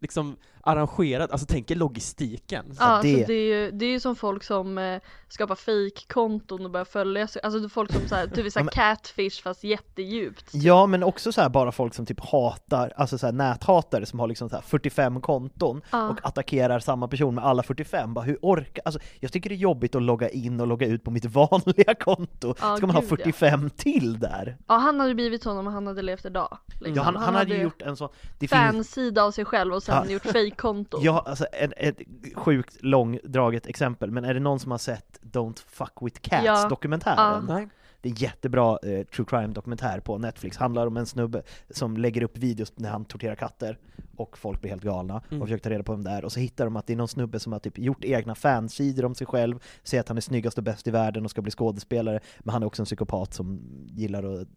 liksom arrangerat, alltså tänk er logistiken.
Ja, alltså,
det-
det... är ju, det är ju som folk som eh, skapar fake-konton och börjar följa sig, alltså det är folk som såhär, typ såhär catfish fast jättedjupt.
Ja men också så här bara folk som typ hatar, alltså så här näthatare som har liksom så här 45 konton
Ja.
och attackerar samma person med alla 45. Bara hur orkar, alltså jag tycker det är jobbigt att logga in och logga ut på mitt vanliga konto.
Ja,
Ska man ha
gud, ja. Mm.
45 till där?
Ja han hade blivit honom om han hade levt idag. liksom.
Ja, han, han, hade ju gjort en sån... Det finns,
fansida av sig själv och sen
Ja.
gjort fake-konto.
ja alltså en, ett sjukt långdraget exempel, men är det någon som har sett Don't Fuck With
Ja.
Cats-dokumentären?
Ja.
Nej.
Det är jättebra eh, true crime-dokumentär på Netflix, handlar om en snubbe som lägger upp videos när han torterar katter och folk blir helt galna och försöker ta reda på vem det är och så hittar de att det är någon snubbe som har typ gjort egna fansidor om sig själv, säger att han är snyggast och bäst i världen och ska bli skådespelare, men han är också en psykopat som gillar att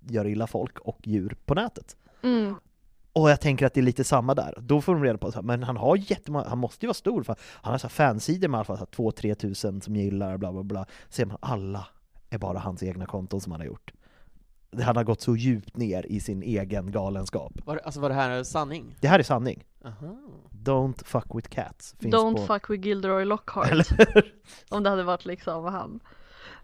göra illa folk och djur på nätet.
Mm.
Och jag tänker att det är lite samma där. Då får de reda på att men han har jättemånga, han måste ju vara stor för han har så här fansidor med i alla fall 2-3 tusen som gillar bla bla bla. Ser man alla är bara hans egna konton som han har gjort. Han har gått så djupt ner i sin egen galenskap.
Var, alltså var det här sanning?
Det här är sanning.
Aha.
Don't fuck with cats. Finns
Don't
på...
fuck with Gilderoy Lockhart.
Eller
Om det hade varit liksom han.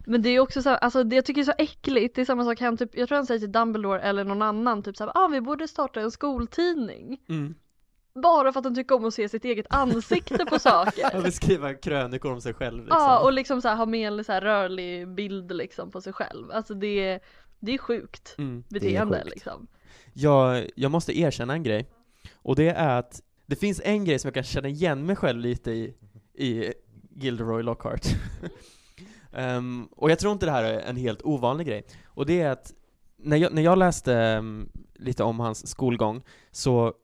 Men det är ju också så här, alltså det jag tycker är så äckligt, det är samma sak han typ, jag tror han säger till Dumbledore eller någon annan typ såhär, ah vi borde starta en skoltidning.
Mm.
Bara för att han tycker om att se sitt eget ansikte på
Att
saker.
beskriva krönikor om sig själv liksom.
Ja och liksom så här, ha med en så här rörlig bild liksom på sig själv. Alltså det är, det är sjukt
mm.
beteende
sjukt.
liksom.
jag, jag måste erkänna en grej. Och det är att det finns en grej som jag kan känna igen mig själv lite i, i Gilderoy Lockhart. Ehm, och jag tror inte det här är en helt ovanlig grej. Och det är att när jag, när jag läste ehm, lite om hans skolgång så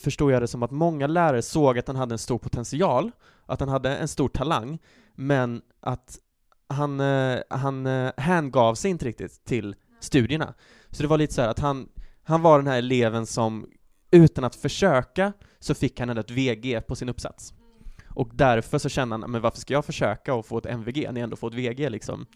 förstod jag det som att många lärare såg att han hade en stor potential, att han hade en stor talang, men att han, eh, han eh, hängav sig inte riktigt till studierna. Så det var lite så här att han, han var den här eleven som utan att försöka så fick han ändå ett VG på sin uppsats. Och därför så kände han, men varför ska jag försöka och få ett MVG när jag ändå får ett VG liksom?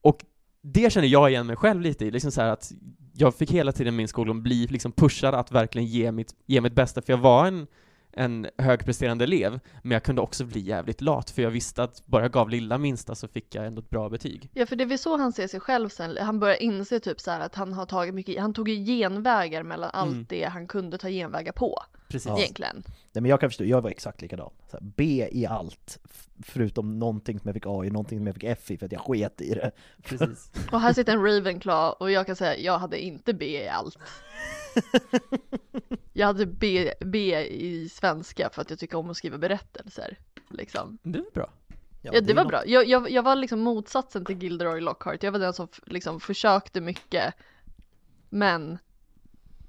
Och det känner jag igen mig själv lite i, liksom så här att jag fick hela tiden i min skolgång bli liksom pushad att verkligen ge mitt, ge mitt bästa, för jag var en, en högpresterande elev, men jag kunde också bli jävligt lat, för jag visste att bara jag gav lilla minsta så fick jag ändå ett bra betyg.
Ja för det är väl så han ser sig själv sen, han börjar inse typ så här att han har tagit mycket, han tog ju genvägar mellan allt
Mm.
det han kunde ta genvägar på
Precis.
egentligen.
Nej men jag kan förstå, jag var exakt likadan. Så här, B i allt, f- förutom någonting som jag fick A i, någonting som jag fick F i för att jag sket i det.
Precis.
Och här sitter en Ravenclaw och jag kan säga jag hade inte B i allt. Jag hade B, B i svenska för att jag tycker om att skriva berättelser. Liksom.
Det var bra.
Ja,
är
det var
något-
bra. Jag, jag, jag var liksom motsatsen till Gilderoy Lockhart. Jag var den som f- liksom försökte mycket men,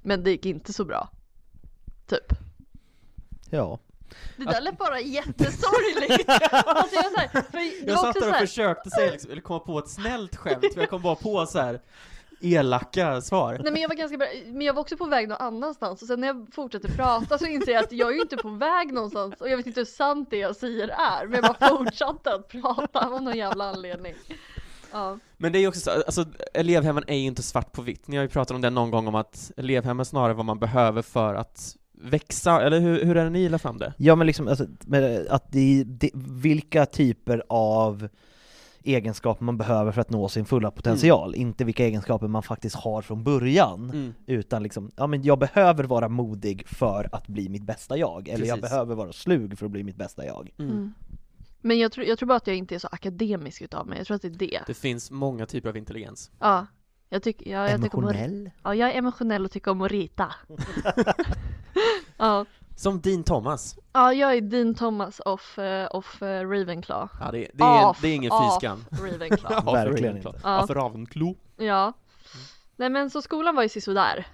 men det gick inte så bra. Typ.
Ja.
Det där lät bara jättesorgligt. alltså jag, så här, för det
Jag
var
satt
också
där
så
och
här,
försökte säga, liksom, eller komma på ett snällt skämt, men jag kom bara på så här elaka svar.
Nej men jag var ganska bra, men jag var också på väg någon annanstans och sen när jag fortsätter prata så inser jag att jag är ju inte på väg någonstans och jag vet inte hur sant det jag säger är men jag bara fortsatte att prata av någon jävla anledning. Ja.
Men det är ju också så, alltså elevhemmen är ju inte svart på vitt. Ni har ju pratat om det någon gång om att elevhemmen snarare är vad man behöver för att växa, eller hur, hur är det ni la fram det?
Ja men liksom, alltså, men att det, det, vilka typer av egenskaper man behöver för att nå sin fulla potential, inte vilka egenskaper man faktiskt har från början. Utan liksom, ja men jag behöver vara modig för att bli mitt bästa jag, eller jag
Precis.
behöver vara slug för att bli mitt bästa jag.
Mm.
Mm. Men jag tror, jag tror bara att jag inte är så akademisk utav mig, jag tror att det är det.
Det finns många typer av intelligens.
Ja. Jag tycker, ja, jag tycker om att,
Emotionell?
ja, jag är emotionell och tycker om att rita. ja.
Som din Thomas.
ja, jag är Dean Thomas off, eh, off eh, Ravenclaw.
Ja, det, det, är,
Off,
det är ingen
off
fyskam.
Ravenclaw.
Ja, för
Verkligen
Ravenclaw.
inte. Alltså,
Ja, för Ravenclaw.
Ja.
Mm.
Nej men så skolan var ju sisådär.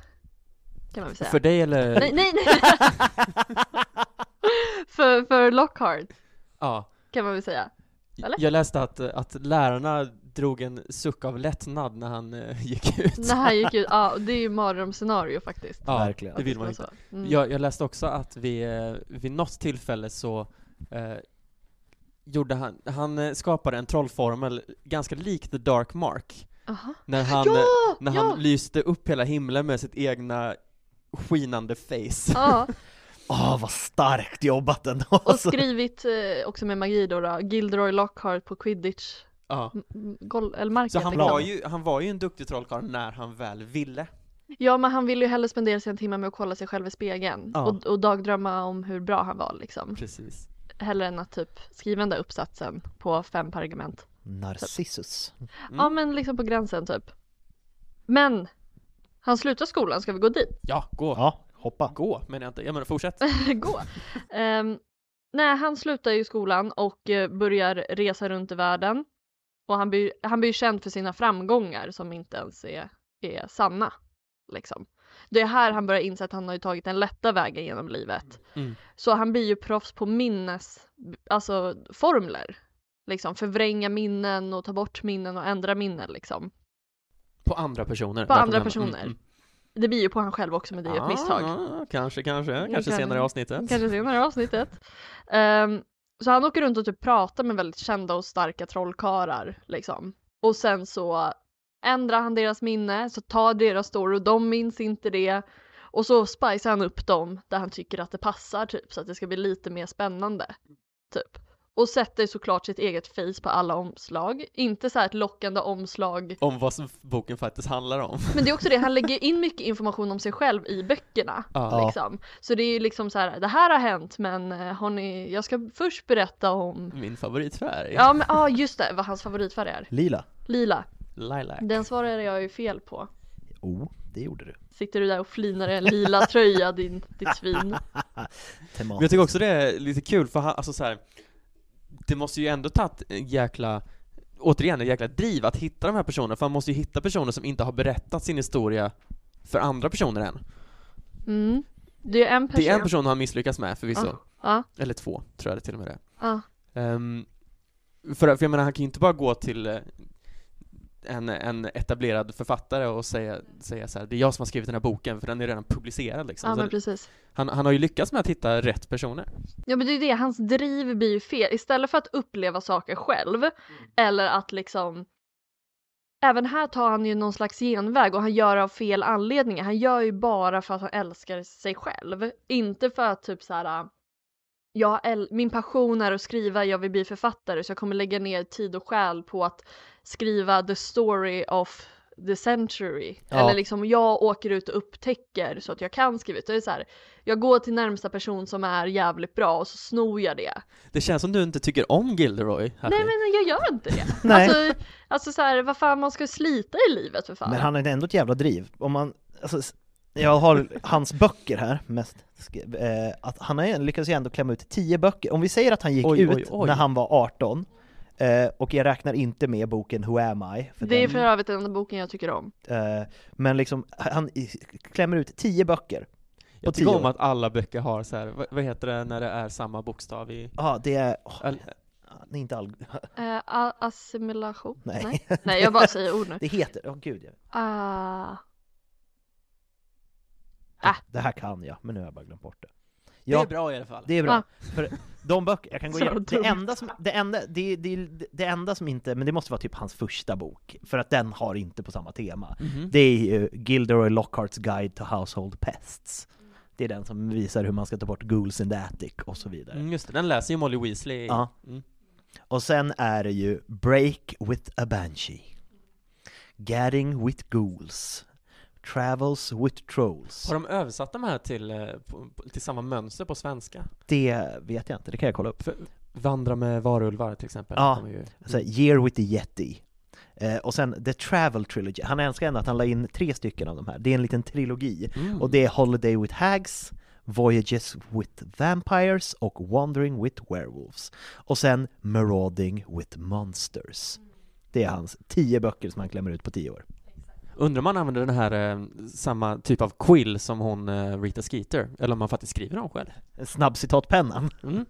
Kan man väl säga.
För dig eller?
Nej, nej, nej. för, för Lockhart
Ja.
kan man väl säga. Eller?
Jag läste att, att lärarna drog en suck av lättnad när han eh, gick ut.
När han gick ut, ja det är ju mardrömsscenario faktiskt.
Ja,
Verkligen.
det vill man
Och
inte.
så. Mm.
Jag, jag läste också att vid, eh, vid något tillfälle så eh, gjorde han, han eh, skapade en trollformel ganska lik The Dark Mark.
Aha.
När han, eh,
ja!
när
ja!
han lyste upp hela himlen med sitt egna skinande face.
Ja,
Åh, vad starkt jobbat ändå!
Och skrivit eh, också med magi då, då Gilderoy Lockhart på quidditch
Ja.
m- m- gol- eller marken.
Så han
liksom.
var, ju, han var ju en duktig trollkarl när han väl ville.
Ja men han ville ju hellre spendera sina timmar med att kolla sig själv i spegeln
Ja.
och, och dagdrömma om hur bra han var liksom.
Precis.
Hellre än att typ skriva den där uppsatsen på fem per argument.
Narcissus.
Ja men liksom på gränsen typ. Men! Han slutar skolan, ska vi gå dit?
Ja, gå.
Ja, hoppa.
Gå, men jag inte. Jag menar, fortsätt.
gå. Ehm, nej, han slutar ju skolan och eh, börjar resa runt i världen. Och han blir, han blir känd för sina framgångar som inte ens är, är sanna. Liksom. Det är här han börjar inse att han har ju tagit den lätta vägen genom livet.
Mm.
Så han blir ju proffs på minnes, alltså formler. Liksom förvränga minnen och ta bort minnen och ändra minnen liksom.
På andra personer.
På
Värt
andra
att nämna.
personer. Det blir ju på han själv också men det är ju ett misstag.
Mm, Ah, kanske, kanske. Kanske
kan-
senare i avsnittet.
Kanske senare i avsnittet. Ehm, så han åker runt och typ pratar med väldigt kända och starka trollkarlar liksom. Och sen så ändrar han deras minne, så tar deras story och de minns inte det. Och så spicar han upp dem där han tycker att det passar typ, så att det ska bli lite mer spännande. Typ. Och sätter såklart sitt eget face på alla omslag. Inte så här ett lockande omslag.
Om vad som boken faktiskt handlar om.
Men det är också det, han lägger in mycket information om sig själv i böckerna.
Ja.
Liksom. Så det är ju liksom så här, det här har hänt men eh, har ni, jag ska först berätta om
Min favoritfärg.
Ja men ah, just det, vad hans favoritfärg är.
Lila.
Lila.
Lilac.
Den svarade jag ju fel på.
Oh, det gjorde du.
Sitter du där och flinar i en lila tröja din, ditt svin.
Tematiskt.
Men jag tycker också det är lite kul för han, alltså så här, Det måste ju ändå tagit en jäkla Återigen, en jäkla driv att hitta de här personerna, för han måste ju hitta personer som inte har berättat sin historia för andra personer än.
Mm. Det är en person.
Det är en person han misslyckats med förvisso.
Ja,
Eller två, tror jag det till och med det
ja.
är. Ehm, för, för jag menar, han kan ju inte bara gå till eh, en, en etablerad författare och säga, säga så här, det är jag som har skrivit den här boken, för den är redan publicerad liksom.
ja
Så
men precis.
han, han har ju lyckats med att hitta rätt personer.
Ja men det är det, hans driv blir ju fel. Istället för att uppleva saker själv eller att liksom Även här tar han ju någon slags genväg och han gör av fel anledningar. Han gör ju bara för att han älskar sig själv. Inte för att typ så här. Jag äl- min passion är att skriva, jag vill bli författare så jag kommer lägga ner tid och själ på att skriva the story of the century.
Ja.
Eller liksom jag åker ut och upptäcker så att jag kan skriva ut. Det är så här, jag går till närmsta person som är jävligt bra och så snor jag det.
Det känns som du inte tycker om Gilderoy, Harry.
Nej men jag gör inte det.
Nej.
Alltså, alltså så här, vad fan man ska slita i livet för fan.
Men han har ändå ett jävla driv. Om man, alltså, s- jag har hans böcker här mest. sk- Eh, att han har ju- lyckats ju ändå klämma ut tio böcker. Om vi säger att han gick
Oj,
ut
oj, oj.
när han var 18, eh, och jag räknar inte med boken Who am I? För
det är
den,
för övrigt den enda boken jag tycker om.
eh, men liksom, han i- klämmer ut tio böcker. på
Jag tycker
tio
om
år.
att alla böcker har så här, vad, vad heter det när det är samma bokstav i...
Ja, det är... åh,
Al-
det är inte all...
Eh, a- assimilation?
Nej.
Nej. Nej, jag bara säger ord nu.
Det heter... Åh gud, jag,
Ah,
det här kan jag, men nu har jag bara glömt bort det.
Det
Ja,
är bra i alla fall.
det är bra.
Ah.
För de böcker, jag kan gå
Så
igenom,
dumt.
det enda som, det enda, det, det, det enda som inte, men det måste vara typ hans första bok, för att den har inte på samma tema.
Mhm.
Det är ju Gilderoy Lockharts Guide to Household Pests. Det är den som visar hur man ska ta bort ghouls in the attic och så vidare.
Mm, just det, den läser ju Molly Weasley.
Ja.
Mm.
Och sen är det ju Break with a Banshee, Gadding with Ghouls, Travels with Trolls.
Har de översatt de här till, eh, på- på- till samma mönster på svenska?
Det vet jag inte, det kan jag kolla upp.
För, vandra med varulvar till exempel.
Ja. Alltså,
De är ju,
Så här, Year with the Yeti. Eh, och sen The Travel Trilogy. Han älskar ändå att han la in tre stycken av de här. Det är en liten trilogi.
Mm.
Och det är Holiday with Hags, Voyages with Vampires och Wandering with Werewolves. Och sen Marauding with Monsters. Det är hans tio böcker som han klämmer ut på tio år.
Undrar om man använder den här eh, samma typ av quill som hon eh, Rita Skeeter, eller om man faktiskt skriver dem själv.
Snabbcitatpennan.
Mm.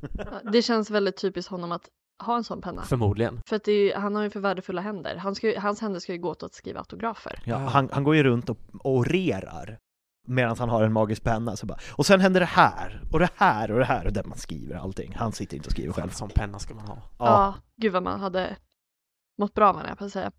det känns väldigt typiskt honom att ha en sån penna.
Förmodligen.
För att det är, ju- han har ju för värdefulla händer. Han ska, ju- hans händer ska ju gå åt att skriva autografer.
Ja,
Ah.
han, han går ju runt och orerar medan han har en magisk penna. Så bara, och sen händer det här, och det här, och det här, och där man skriver allting. Han sitter inte och skriver
En
själv.
sån penna ska man ha.
Ja, gud vad man hade mått bra av det, jag på att säga.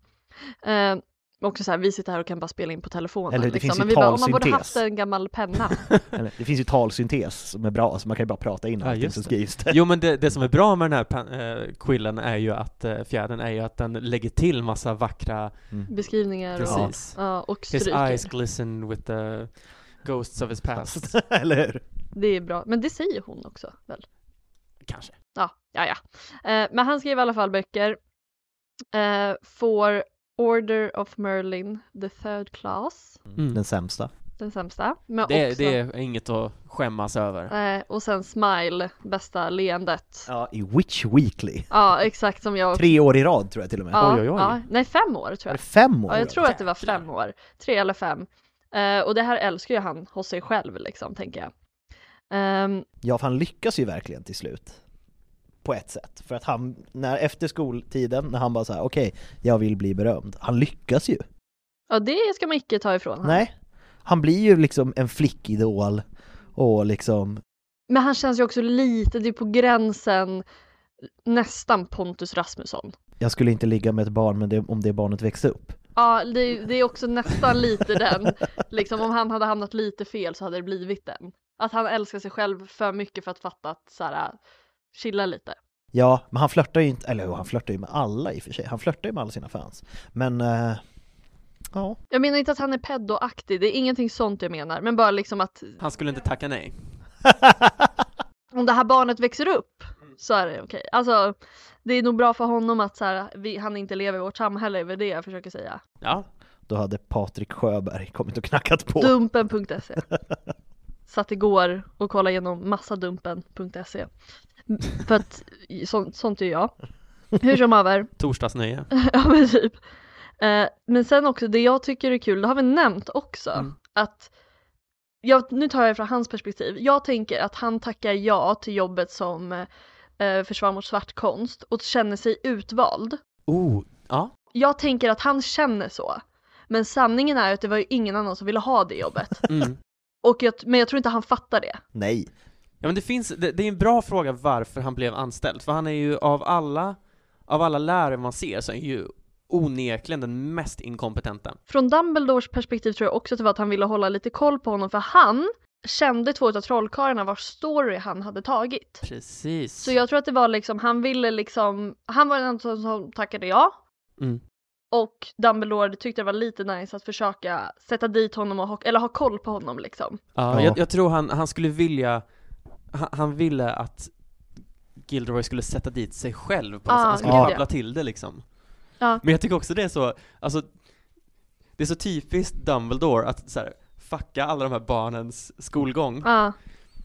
Eh, Också så här, vi sitter här och kan bara spela in på telefonen. liksom.
Eller hur, det finns ju
Men vi bara, om man borde
talsyntes.
haft en gammal penna.
Eller, det finns ju talsyntes som är bra, så man kan ju bara prata in
Ja,
allting
just
så
det.
skrivs det.
Jo men det, det som är bra med den här pan- eh, quillen är ju att eh, fjädern är ju att den lägger till massa vackra,
Mm.
Beskrivningar och,
precis.
ja, och
His
stryker.
eyes glisten with the ghosts of his past.
Eller hur?
Det är bra. Men det säger hon också väl?
Kanske.
Ja, ja, ja. Eh, men han skriver i alla fall böcker. Eh, får Order of Merlin, the third class,
Mm.
Den sämsta.
den sämsta. Men
Det,
också,
det är inget att skämmas över.
Eh, och sen Smile, bästa leendet. Ja,
Ja, i Witch Weekly.
exakt som jag.
Tre år i rad tror jag till och med.
ja,
Oj, oj, oj.
Ja. Nej, fem år tror
Var
jag.
det fem år?
Ja,
i
jag
rad?
tror att det var fem år. Tre eller fem. Eh, och det här älskar ju han hos sig själv liksom, tänker jag. Ehm,
Ja, för han lyckas ju verkligen till slut. På ett sätt. För att han, när, efter skoltiden, när han bara såhär, okej, jag vill bli berömd. Han lyckas ju.
ja, det ska man icke ta ifrån honom.
Nej. Han blir ju liksom en flickidol och liksom,
Men han känns ju också lite, det är på gränsen nästan Pontus Rasmusson.
jag skulle inte ligga med ett barn men det, om det barnet växte upp.
Ja, det, det är också nästan lite den, liksom om han hade hamnat lite fel så hade det blivit den. Att han älskar sig själv för mycket för att fatta att så här, chilla lite.
Ja, men han flörtar ju inte, eller jo, han flörtar ju med alla i och för sig. Han flörtar ju med alla sina fans. Men, eh, ja.
Jag menar inte att han är peddoaktig, det är ingenting sånt jag menar, men bara liksom att
Han skulle inte tacka nej.
om det här barnet växer upp så är det okej. Alltså, det är nog bra för honom att så här, vi, han inte lever i vårt samhälle, är väl det jag försöker säga.
Ja,
Då hade Patrik Sjöberg kommit och knackat på.
Dumpen.se E. Satt igår och kollade igenom massa Dumpen.se E. För att så, sånt är jag Hur som haver,
torsdagsnöje.
ja men typ eh, Men sen också det jag tycker är kul, det har vi nämnt också Att jag, Nu tar jag det från hans perspektiv Jag tänker att han tackar ja till jobbet som eh, försvar mot svartkonst och känner sig utvald
Oh, ja.
Jag tänker att han känner så Men sanningen är att det var ju ingen annan som ville ha det jobbet
Mm.
Och jag, men jag tror inte han fattar det.
Nej.
Ja men det finns, det, det är en bra fråga varför han blev anställd, för han är ju av alla, av alla lärare man ser så är han ju onekligen den mest inkompetenta.
Från Dumbledores perspektiv tror jag också att det var att han ville hålla lite koll på honom för han kände två av trollkarlarna vars story han hade tagit.
Precis.
Så jag tror att det var liksom, han ville liksom, han var den enda som- som tackade ja
Mm.
och Dumbledore tyckte det var lite nice att försöka sätta dit honom och ha, eller ha koll på honom liksom.
Ja,
Ja.
Jag, jag tror han, han skulle vilja, han, han ville att Gilderoy skulle sätta dit sig själv på något
Ah,
sätt. han skulle
gud,
koppla
ja.
till det liksom.
Ja.
Men jag tycker också det är så, alltså, det är så typiskt Dumbledore att så här, fucka alla de här barnens skolgång.
Ja,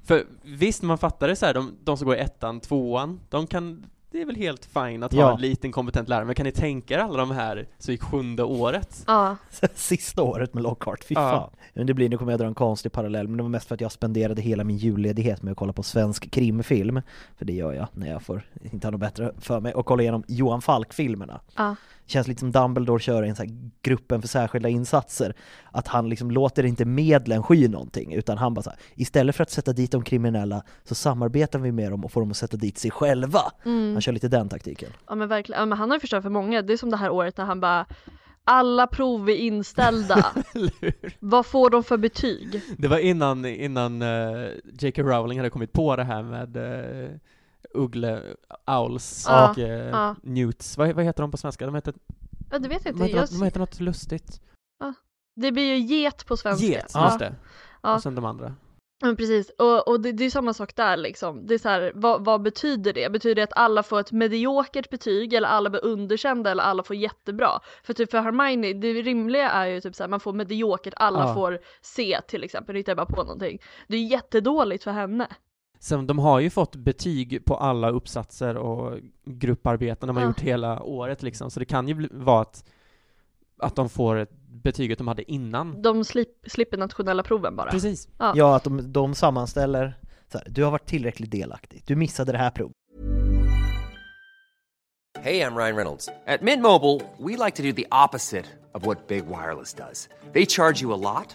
För visst, man fattar det så här, de, de som går i ettan, tvåan, de kan det är väl helt fint att
Ja.
ha en liten kompetent lärare, men kan ni tänka er alla de här som gick sjunde året?
ja.
Sista året med Lockhart, fy
Ja.
fan. Men det blir, nu kommer jag dra en konstig parallell, men det var mest för att jag spenderade hela min julledighet med att kolla på svensk krimfilm. För det gör jag när jag får, inte har något bättre för mig, och kolla igenom Johan Falk-filmerna.
Ja.
Känns lite som Dumbledore kör i en så här gruppen för särskilda insatser. Att han liksom låter inte medlen sky någonting, utan han bara så här, istället för att sätta dit de kriminella så samarbetar vi med dem och får dem att sätta dit sig själva. Han kör lite den taktiken.
Ja men verkligen, ja, men han har ju förstört för många. Det är som det här året när han bara alla prov är inställda.
Eller hur?
Vad får de för betyg?
Det var innan, innan eh, J.K. Rowling hade kommit på det här med eh, Uggle, Owls
Ja,
och eh,
ja.
Newts, vad, vad heter de på svenska? De heter,
Ja det vet jag
de
inte.
heter,
Jag,
något, de heter något lustigt.
Det blir ju get på svenska.
Get,
ja.
just det.
Ja.
Och sen de andra.
Men precis, och, och det, det är samma sak där liksom. Det är så här, vad, vad betyder det? Betyder det att alla får ett mediokert betyg eller alla blir underkända eller alla får jättebra? För typ för Hermione, det rimliga är ju typ så här, man får mediokert, alla
Ja.
får C till exempel, nu hittar jag bara på någonting. Det är jättedåligt för henne.
Sen, de har ju fått betyg på alla uppsatser och grupparbeten de har
Ja.
gjort hela året liksom, så det kan ju bli- vara att, att de får ett betyget de hade innan.
De slip, slipper nationella proven bara.
Precis.
Ja.
Ja, att de, de sammanställer, så här, du har varit tillräckligt delaktig, du missade det här provet.
Hey, I'm Ryan Reynolds. At Mint Mobile, we like to do the opposite of what Big Wireless does. They charge you a lot,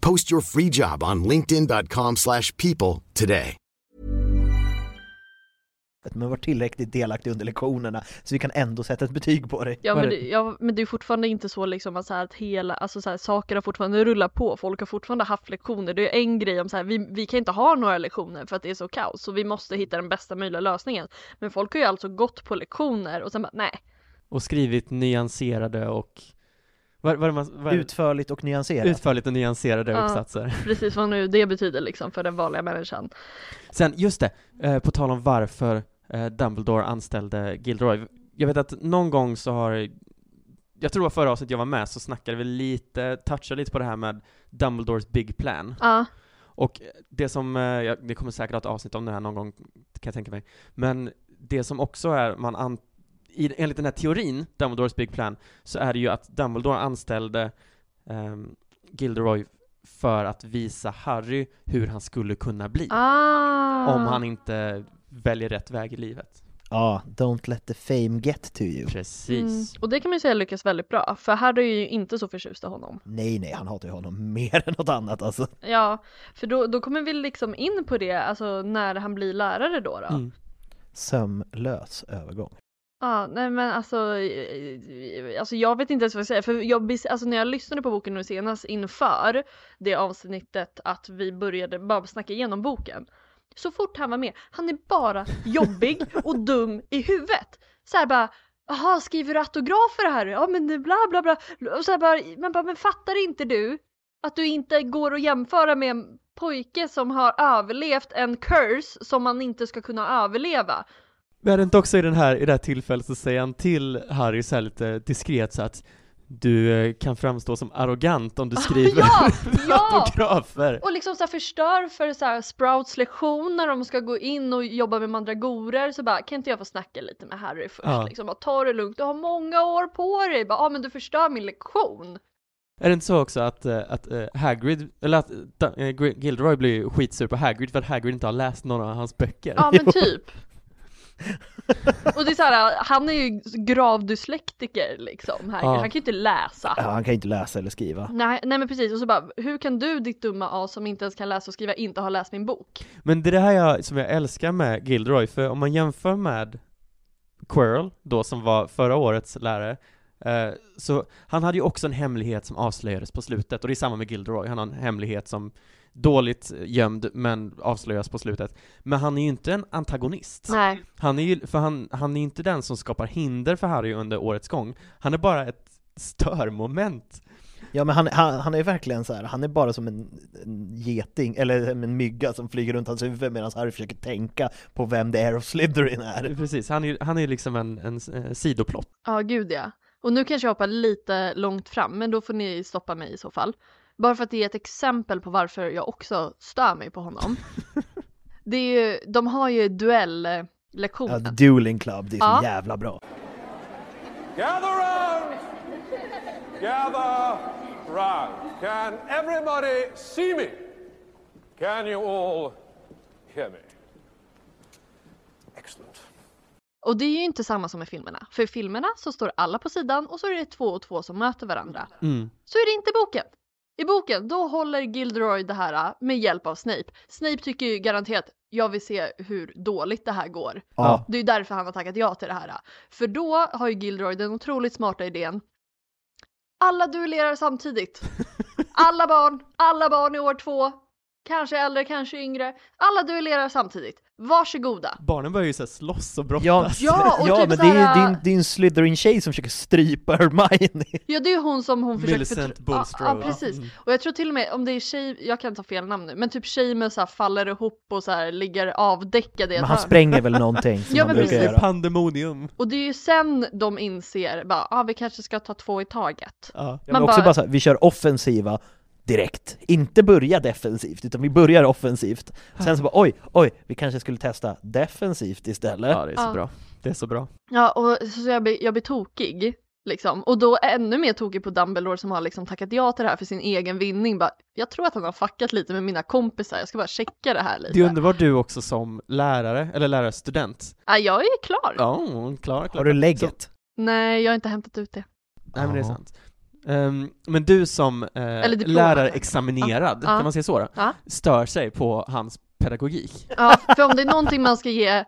Post your free job on linkedin.com/people slash people today.
men var tillräckligt delaktig under lektionerna så vi kan ändå sätta ett betyg på dig.
Ja
Vad
men,
är
det, ja men det är fortfarande inte så liksom att, så här, att hela, alltså så här, saker har fortfarande rullat på, folk har fortfarande haft lektioner. Det är en grej om så här, vi, vi kan inte ha några lektioner för att det är så kaos så vi måste hitta den bästa möjliga lösningen. Men folk har ju alltså gått på lektioner och sen bara nej.
Och skrivit nyanserade och... Vad, vad, är det man- vad, är det?
Utförligt och nyanserat.
Utförligt och nyanserade
Ja.
uppsatser.
Precis vad nu det betyder liksom för den vanliga människan.
Sen, just det, eh, på tal om varför eh, Dumbledore anställde Gilroy. Jag vet att någon gång så har, jag tror det var förra avsnittet jag var med, så snackade vi lite, touchade lite på det här med Dumbledores big plan.
Ja,
Och det som, eh, jag- det kommer säkert att ha ett avsnitt om det här någon gång, kan jag tänka mig. Men det som också är, man an, i, enligt den här teorin, Dumbledores Big Plan, så är det ju att Dumbledore anställde ehm, Gilderoy för att visa Harry hur han skulle kunna bli.
ah.
Om han inte väljer rätt väg i livet.
Ja, don't let the fame get to you.
Precis.
Mm. Och det kan man ju säga lyckas väldigt bra, för Harry är ju inte så förtjust i honom.
Nej, nej, han hatar ju honom mer än något annat alltså.
Ja, för då, då kommer vi liksom in på det, alltså när han blir lärare då. då.
Mm.
Sömlös övergång.
Ja, nej men alltså, eh, alltså jag vet inte ens vad jag säger, för jag, bes- alltså när jag lyssnade på boken nu senast inför det avsnittet att vi började bara snacka igenom boken, så fort han var med, han är bara jobbig och dum i huvudet. Så här bara, jaha skriver du autografer här? Ja men det- bla bla bla. Och så här bara, man bara, men fattar inte du att du inte går att jämföra med en pojke som har överlevt en curse som man inte ska kunna överleva?
Men är det inte också i, den här, i det här tillfället så säger han till Harry så här lite diskret så att du eh, kan framstå som arrogant om du skriver
Ah, ja, ja.
autografer.
Och liksom så här förstör för så här Sprouts lektion när de ska gå in och jobba med mandragorer så bara kan inte jag få snacka lite med Harry först
Ja.
liksom bara ta det lugnt, du har många år på dig bara ja ah, men du förstör min lektion.
Är det inte så också att, eh, att eh, Hagrid, eller att eh, Da- eh, Gr- Gilderoy blir skitsur på Hagrid för att Hagrid inte har läst någon av hans böcker?
Ja men typ. Och det är så här, han är ju grav dyslektiker liksom här.
Ja.
han kan ju inte läsa.
Ja, han kan ju inte läsa eller skriva.
Nej, nej men precis och så bara hur kan du ditt dumma as som inte ens kan läsa och skriva inte ha läst min bok?
Men det är det här jag, som jag älskar med Gilderoy, för om man jämför med Quirrell, då som var förra årets lärare, eh, så han hade ju också en hemlighet som avslöjades på slutet, och det är samma med Gilderoy, han har en hemlighet som dåligt gömd, men avslöjas på slutet. Men han är ju inte en antagonist.
Nej.
Han är ju, för han, han är inte den som skapar hinder för Harry under årets gång. Han är bara ett störmoment.
Ja men han, han, han är ju verkligen så här, han är bara som en, en geting, eller som en mygga som flyger runt hans huvud medan Harry försöker tänka på vem det är of Slytherin är.
Precis, han är, han är liksom en, en, eh, sidoplott.
Ja, gud ja. Och nu kanske jag hoppar lite långt fram, men då får ni stoppa mig i så fall. Bara för att det är ett exempel på varför jag också stör mig på honom. det är ju, de har ju
Ja,
duellektionen.
Dueling Club, det är så
Ja.
jävla bra.
Gather round! Gather round. Can everybody see me? Can you all hear me? Excellent.
Och det är ju inte samma som i filmerna. För i filmerna så står alla på sidan och så är det två och två som möter varandra. Så är det inte i boken. I boken, då håller Gilderoy det här äh, med hjälp av Snape. Snape tycker ju garanterat, jag vill se hur dåligt det här går.
Ja.
Det är ju därför han har tackat ja till det här. För då har ju Gilroy den otroligt smarta idén. Alla duellerar samtidigt. Alla barn, alla barn i år två. Kanske äldre, kanske yngre. Alla duellerar samtidigt. Varsågoda!
Barnen börjar ju såhär slåss och
Ja,
brottas.
Ja, och
Alltså, ja
typ
men det är ju
såhär-
din, din Slytherin-tjej som försöker strypa Hermione.
Ja det är ju hon som hon försöker
Millicent
förtr-
Bulstrode.
Ja, ja precis.
Mm.
Och jag tror till och med om det är tjej, jag kan ta fel namn nu, men typ Shamus så här faller ihop och så här ligger avdäckad i ett
Men han
hörn.
spränger väl någonting som
Ja,
han
men
brukar
precis.
Det är
göra.
pandemonium.
Och det är ju sen de inser bara, ah, vi kanske ska ta två i taget.
Ja.
Ja, men också bara, så här, vi kör offensiva direkt. Inte börja defensivt, utan vi börjar offensivt. Sen så bara oj, oj, vi kanske skulle testa defensivt istället.
ja, det är så
Ja.
bra. Det är så bra.
Ja, och så jag blir, jag blir tokig. Liksom. Och då ännu mer tokig på Dumbledore som har liksom tackat ja till det här för sin egen vinning. Bara, jag tror att han har fuckat lite med mina kompisar, jag ska bara checka det här lite.
Det är underbart du också som lärare, eller lärarstudent.
Ja, jag är klar.
Ja, hon klarar,
Har
klarar.
du lägget?
Nej, jag har inte hämtat ut det.
Nej men det är
Ja.
sant. Ehm, men du som eh,
diplomat.
lärarexaminerad,
Ja.
kan man säga så då,
Ja.
stör sig på hans pedagogik.
Ja, för om det är någonting man ska ge,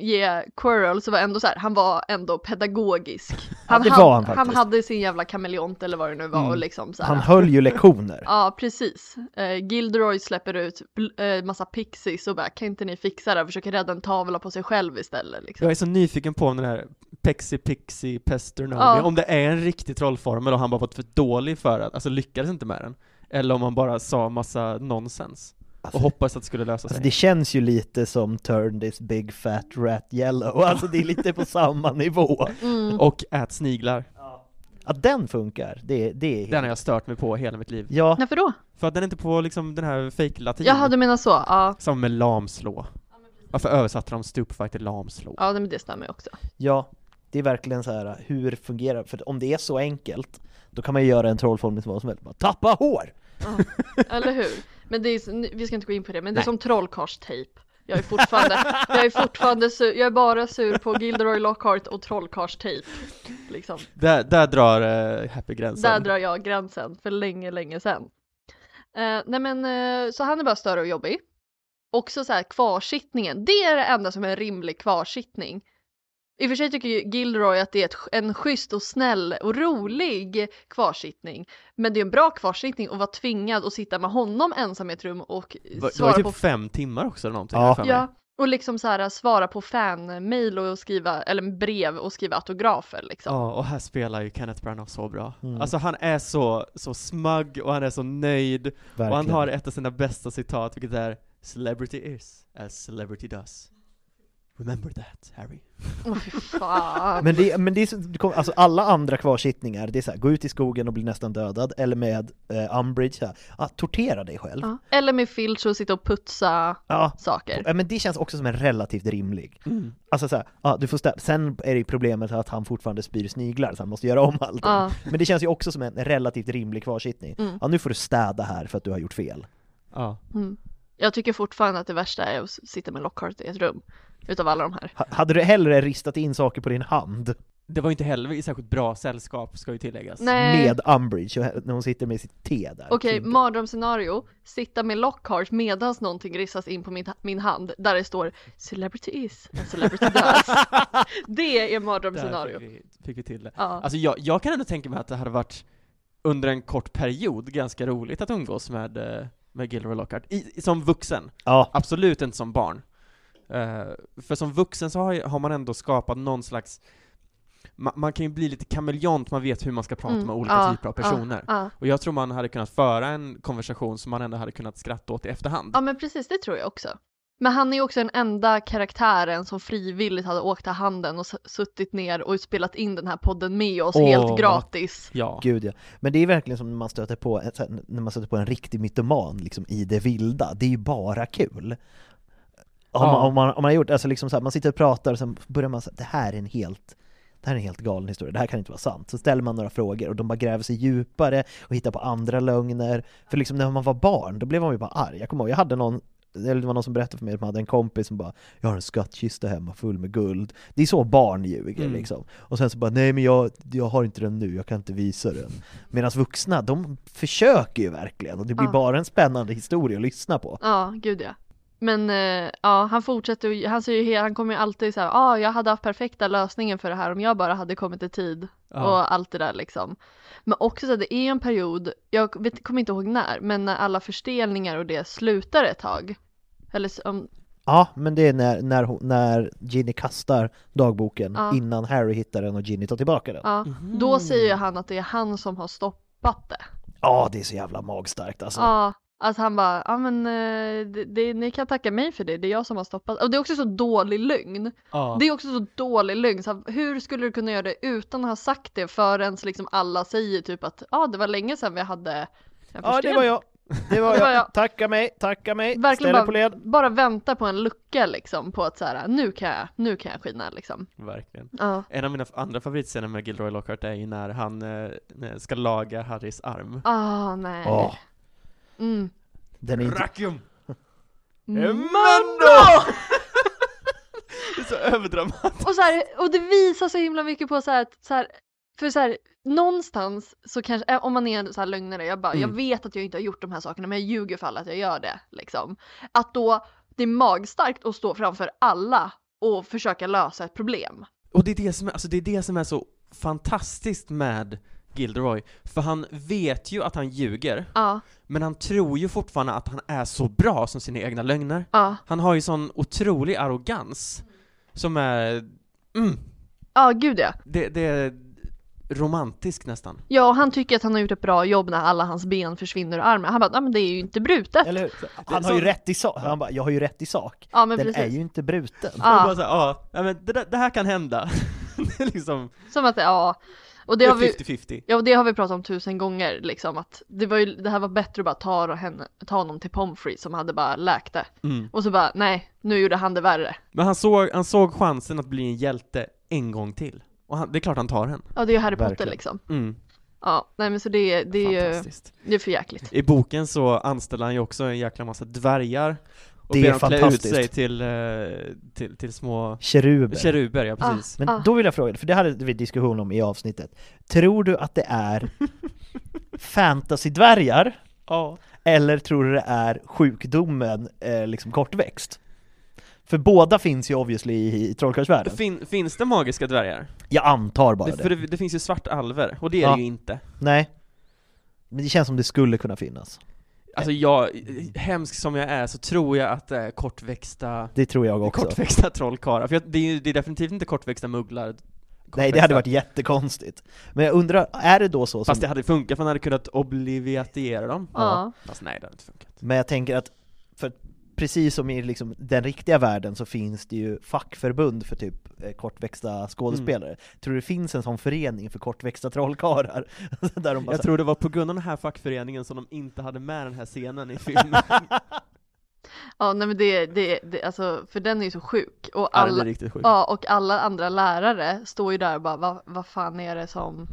ge Quirrell så var ändå så här, han var ändå pedagogisk. Han,
det
hade-
var han faktiskt. Mm.
hade sin jävla kameleont eller vad det nu var och liksom så här.
Han höll ju lektioner.
Ja, precis. Eh, Gilderoy släpper ut bl- eh, massa pixies och bara, kan inte ni fixa det här? Försöker rädda en tavla på sig själv istället liksom.
Jag är så nyfiken på om den här Pexi Pixi Pesternoni,
Ja.
om det är en riktig trollformel och han bara varit för dålig för att, alltså lyckades inte med den. Eller om han bara sa massa nonsens.
Alltså,
och hoppades att det skulle lösa
Alltså
sig.
det känns ju lite som Turn this big fat rat yellow, alltså det är lite på samma nivå.
Mm.
Och ät sniglar.
Att den funkar, det, det är
Den har jag stört mig på hela mitt liv.
Ja,
Varför då?
För att den är inte på liksom den här fake latin
Jaha, du menar så. Ja,
Samma med lamslå. Varför översatte de stupfight till lamslå?
ja men det stämmer ju också.
ja, det är verkligen så här äh, hur fungerar För om det är så enkelt, då kan man ju göra en trollformel som vad som helst, bara tappa hår!
Eller hur? Men det är, vi ska inte gå in på det, men det är som trollkarlstejp. Jag är fortfarande, jag är fortfarande sur, jag är bara sur på Gilderoy Lockhart och trollkarlstejp. Liksom.
Där, där drar eh, Happy gränsen.
Där drar jag gränsen för länge, länge sedan. Eh, nej men, eh, så han är bara större och jobbig. Också så här kvarsittningen, det är det enda som är en rimlig kvarsittning. I och för sig tycker ju Gilroy att det är ett, en schysst och snäll och rolig kvarsittning. Men det är en bra kvarsittning att vara tvingad att sitta med honom ensam i ett rum och eh,
Va- Det var
svara
ju typ
på
fem timmar också eller någonting.
Ja.
har jag för mig.
Ja, och liksom så här svara på fanmail och skriva, eller brev och skriva autografer liksom.
Ja, och här spelar ju Kenneth Branagh så bra.
Mm.
Alltså han är så, så smug och han är så nöjd
Verkligen.
och han har ett av sina bästa citat vilket är “Celebrity is as celebrity does”. Remember that, Harry.
Åh fy fan.
Men, det, men det är så, det kommer- alltså alla andra kvarsittningar, det är så här, gå ut i skogen och bli nästan dödad, eller med eh, Umbridge, så här, ah, tortera dig själv.
Ja. Eller med filter och sitta och putsa
Ja.
saker.
Ja, men det känns också som en relativt rimlig.
Mm.
Alltså såhär, ja, du får stä- sen är det ju problemet att han fortfarande spyr sniglar så han måste göra om allting.
Ja. Mm.
Men det känns ju också som en relativt rimlig kvarsittning. Ja, nu får du städa här för att du har gjort fel.
Ja.
Jag tycker fortfarande att det värsta är att sitta med Lockhart i ett rum. Utav alla de här.
H- hade du hellre ristat in saker på din hand
Det var ju inte heller i särskilt bra sällskap, ska ju tilläggas.
Nej.
med Umbridge och he- när hon sitter med sitt te där? Typ.
Okej,
typ.
Klibba.
mardrömsscenario. Sitta med Lockhart medan någonting rissas in på min, min hand. Där det står “Celebrity is, and celebrity does”. det är
Där
mardrömsscenario.
fick vi, fick vi till det.
Ja.
Alltså jag, jag kan ändå tänka mig att det hade varit under en kort period ganska roligt att umgås med, eh, med Gilroy Lockhart, I, som vuxen.
Ja,
Absolut inte som barn. Eh, för som vuxen så har, ju- har man ändå skapat någon slags ma, man kan ju bli lite kameleont, man vet hur man ska prata
Mm,
med olika
ja,
typer av
ja,
personer.
ja.
Och jag tror man hade kunnat föra en konversation som man ändå hade kunnat skratta åt i efterhand.
Ja men precis, det tror jag också. Men han är ju också den enda karaktären som frivilligt hade åkt till handen och s- suttit ner och spelat in den här podden med oss
Åh,
helt
vad-
gratis.
Ja.
gud ja. Men det är verkligen som när man stöter på, ett- så här, när man stöter på en riktig mytoman liksom, i det vilda. Det är ju bara kul. Om,
Ja.
man, om, man, om man har gjort, alltså liksom så här, man sitter och pratar och sen börjar man säga det här är en helt det här är en helt galen historia, det här kan inte vara sant. Så ställer man några frågor och de bara gräver sig djupare och hittar på andra lögner. För liksom när man var barn, då blev man ju bara arg. Jag kommer ihåg, jag hade någon, eller det var någon som berättade för mig att man hade en kompis som bara Jag har en skattkista hemma full med guld. Det är så barn ljuger
Mm.
liksom. Och sen så bara nej men jag, jag har inte den nu, jag kan inte visa den. Medan vuxna, de försöker ju verkligen och det blir
Ja.
bara en spännande historia att lyssna på.
Ja, gud ja. Men eh, ja, han fortsätter ju, han, säger ju, he- han kommer ju alltid så här, ja ah, jag hade haft perfekta lösningen för det här om jag bara hade kommit i tid
Ja.
och allt det där liksom. Men också så här, det är ju en period, jag vet, kommer inte ihåg när, men när alla förstelningar och det slutar ett tag. Eller s- om,
Ja, men det är när, när, hon- när Ginny kastar dagboken
Ja.
innan Harry hittar den och Ginny tar tillbaka den.
Ja, Då säger ju han att det är han som har stoppat det.
Ja, det är så jävla magstarkt alltså.
Ja, alltså han bara, ja men eh, det, det, ni kan tacka mig för det, det är jag som har stoppat. Och det är också så dålig lögn.
Ja.
Det är också så dålig lögn, så här, hur skulle du kunna göra det utan att ha sagt det förrän liksom alla säger typ att ja det var länge sedan vi hade en
Ja, det
förstelning."
var jag. Det var
Det var
jag.
jag.
Tacka mig, tacka mig.
Verkligen
Ställ er på
bara,
led.
bara vänta på en lucka liksom på att så här, nu kan jag, nu kan jag skina liksom.
Verkligen.
Ja.
En av mina f- andra favoritscener med Gilroy Lockhart är ju när han eh, när- ska laga Harrys arm.
Ah nej.
Åh.
Mm.
Den är inte...
Rackium!
Mando!
Mm. Det är så överdramatiskt.
Och, så här, och det visar så himla mycket på så här, att- så här för så här, någonstans så kanske, eh, om man är en så här lögnare, jag bara,
Mm.
jag vet att jag inte har gjort de här sakerna men jag ljuger för alla att jag gör det liksom. Att då det är magstarkt att stå framför alla och försöka lösa ett problem.
Och det är det som är, alltså det är det som är så fantastiskt med Gilderoy, för han vet ju att han ljuger,
Ja,
men han tror ju fortfarande att han är så bra som sina egna lögner.
ja,
Han har ju sån otrolig arrogans, som är, mm,
ja gud ja.
det, det är romantisk nästan.
Ja, och han tycker att han har gjort ett bra jobb när alla hans ben försvinner ur armen. Han bara, nej men det är ju inte brutet.
Eller hur? Han
Det-
har ju
så-
rätt i sak. Han bara, jag har ju rätt i sak.
Ja, men
Den är
precis.
ju inte bruten.
Och
Ja,
bara så här, ja, ja, men det, där- det här kan hända. det är liksom,
som att, ja. Och det
det är
har vi,
50-50.
Ja, och det har vi pratat om tusen gånger, liksom att det, var ju, det här var bättre att bara ta, henne, ta honom till Pomfrey som hade bara läkt det.
Mm.
Och så bara, nej, nu gjorde han det värre.
Men han såg, han såg chansen att bli en hjälte en gång till. Och han, det är klart han tar den.
Ja, det är ju Harry Potter
Verkligen.
liksom.
Mm.
Ja, nej men så det, är- det är ju,
Fantastiskt.
det är för jäkligt.
I boken så anställer han ju också en jäkla massa dvärgar. Och
Det är
ber dem klä ut
fantastiskt.
sig till, eh, till, till små
Keruber.
keruber, ja precis.
Men
Ah.
då vill jag fråga dig, för det hade vi diskussion om i avsnittet. Tror du att det är fantasydvärgar?
Ja.
Eller tror du det är sjukdomen eh, liksom kortväxt? För båda finns ju obviously i, i trollkarlsvärlden.
Fin, finns det magiska dvärgar?
Jag antar bara
Det,
det.
för det, det finns ju svartalver, och det är
Ja.
det ju inte.
Nej. Men det känns som det skulle kunna finnas.
Alltså jag, hemsk som jag är, så tror jag att det är kortväxta,
Det tror jag också.
kortväxta trollkarlar. För jag, det, är ju, det är definitivt inte kortväxta mugglar.
Nej, det
kortväxta-
hade varit jättekonstigt. Men jag undrar, är det då så som...
Fast det hade funkat, för man hade kunnat obliviatiera dem.
Ja.
Fast nej, det hade inte funkat.
Men jag tänker att, för precis som i liksom den riktiga världen så finns det ju fackförbund för typ eh, kortväxta skådespelare.
Mm.
Tror du det finns en sån förening för kortväxta trollkarlar? Där de bara
Jag
så här,
tror det var på grund av den här fackföreningen som de inte hade med den här scenen i filmen.
Ja, nej men det, det, det alltså, för den är ju så sjuk. Och
Alla... Det
alla,
är riktigt sjukt.
ja, och alla andra lärare står ju där och bara, vad, vad fan är det som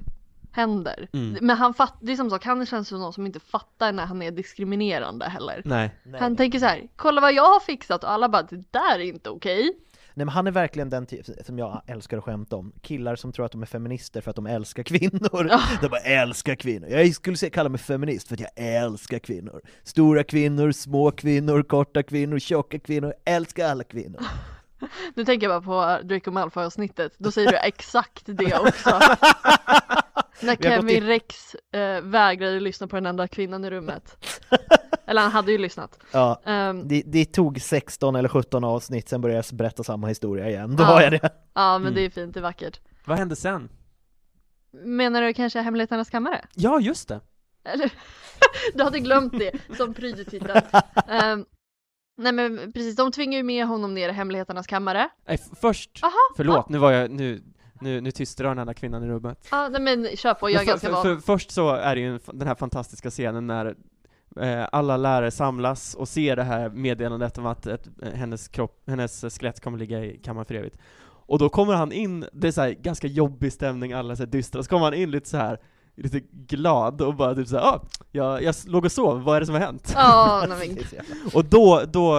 händer?
Mm.
Men han fattar, det är som sagt, han känns som någon som inte fattar när han är diskriminerande heller.
Nej.
nej.
Han tänker så här, kolla vad jag har fixat och alla bara det där är inte okej.
nej men han är verkligen den typ som jag älskar att skämta om. Killar som tror att de är feminister för att de älskar kvinnor. De bara älskar kvinnor. Jag skulle säga kalla mig feminist för att jag älskar kvinnor. Stora kvinnor, små kvinnor, korta kvinnor, tjocka kvinnor. Älskar alla kvinnor.
Nu tänker jag bara på Draco Malfoy avsnittet, då säger du exakt det också. När
Vi har gått
Kevin Rex eh, vägrade lyssna på den enda kvinnan i rummet. Eller han hade ju lyssnat.
Ja,
Ehm,
Det, det tog 16 eller 17 avsnitt, sen började jag berätta samma historia igen. Då
Ja.
har jag det.
ja
Mm.
men det är fint, det är vackert.
Vad hände sen?
Menar du kanske Hemligheternas kammare?
Ja, just det.
Eller? du hade glömt det som prydetitel. Um, nej men precis, de tvingar ju med honom ner i Hemligheternas kammare.
Nej, f- först.
Aha,
Förlåt, nu var jag, nu, nu, nu tystade den enda kvinnan i rummet.
Ja, nej men kör på, jag är
Men för,
ganska
för,
van.
för, först så är det ju en f- den här fantastiska scenen när eh, alla lärare samlas och ser det här meddelandet om att ett, eh, hennes, kropp, hennes skelett kommer ligga i kammaren för evigt. Och då kommer han in, det är så här ganska jobbig stämning, alla är så här dystra, så kommer han in lite så här lite glad och bara typ såhär ah, jag, jag låg och sov, vad är det som har hänt?
Ja, nej men
Och då, då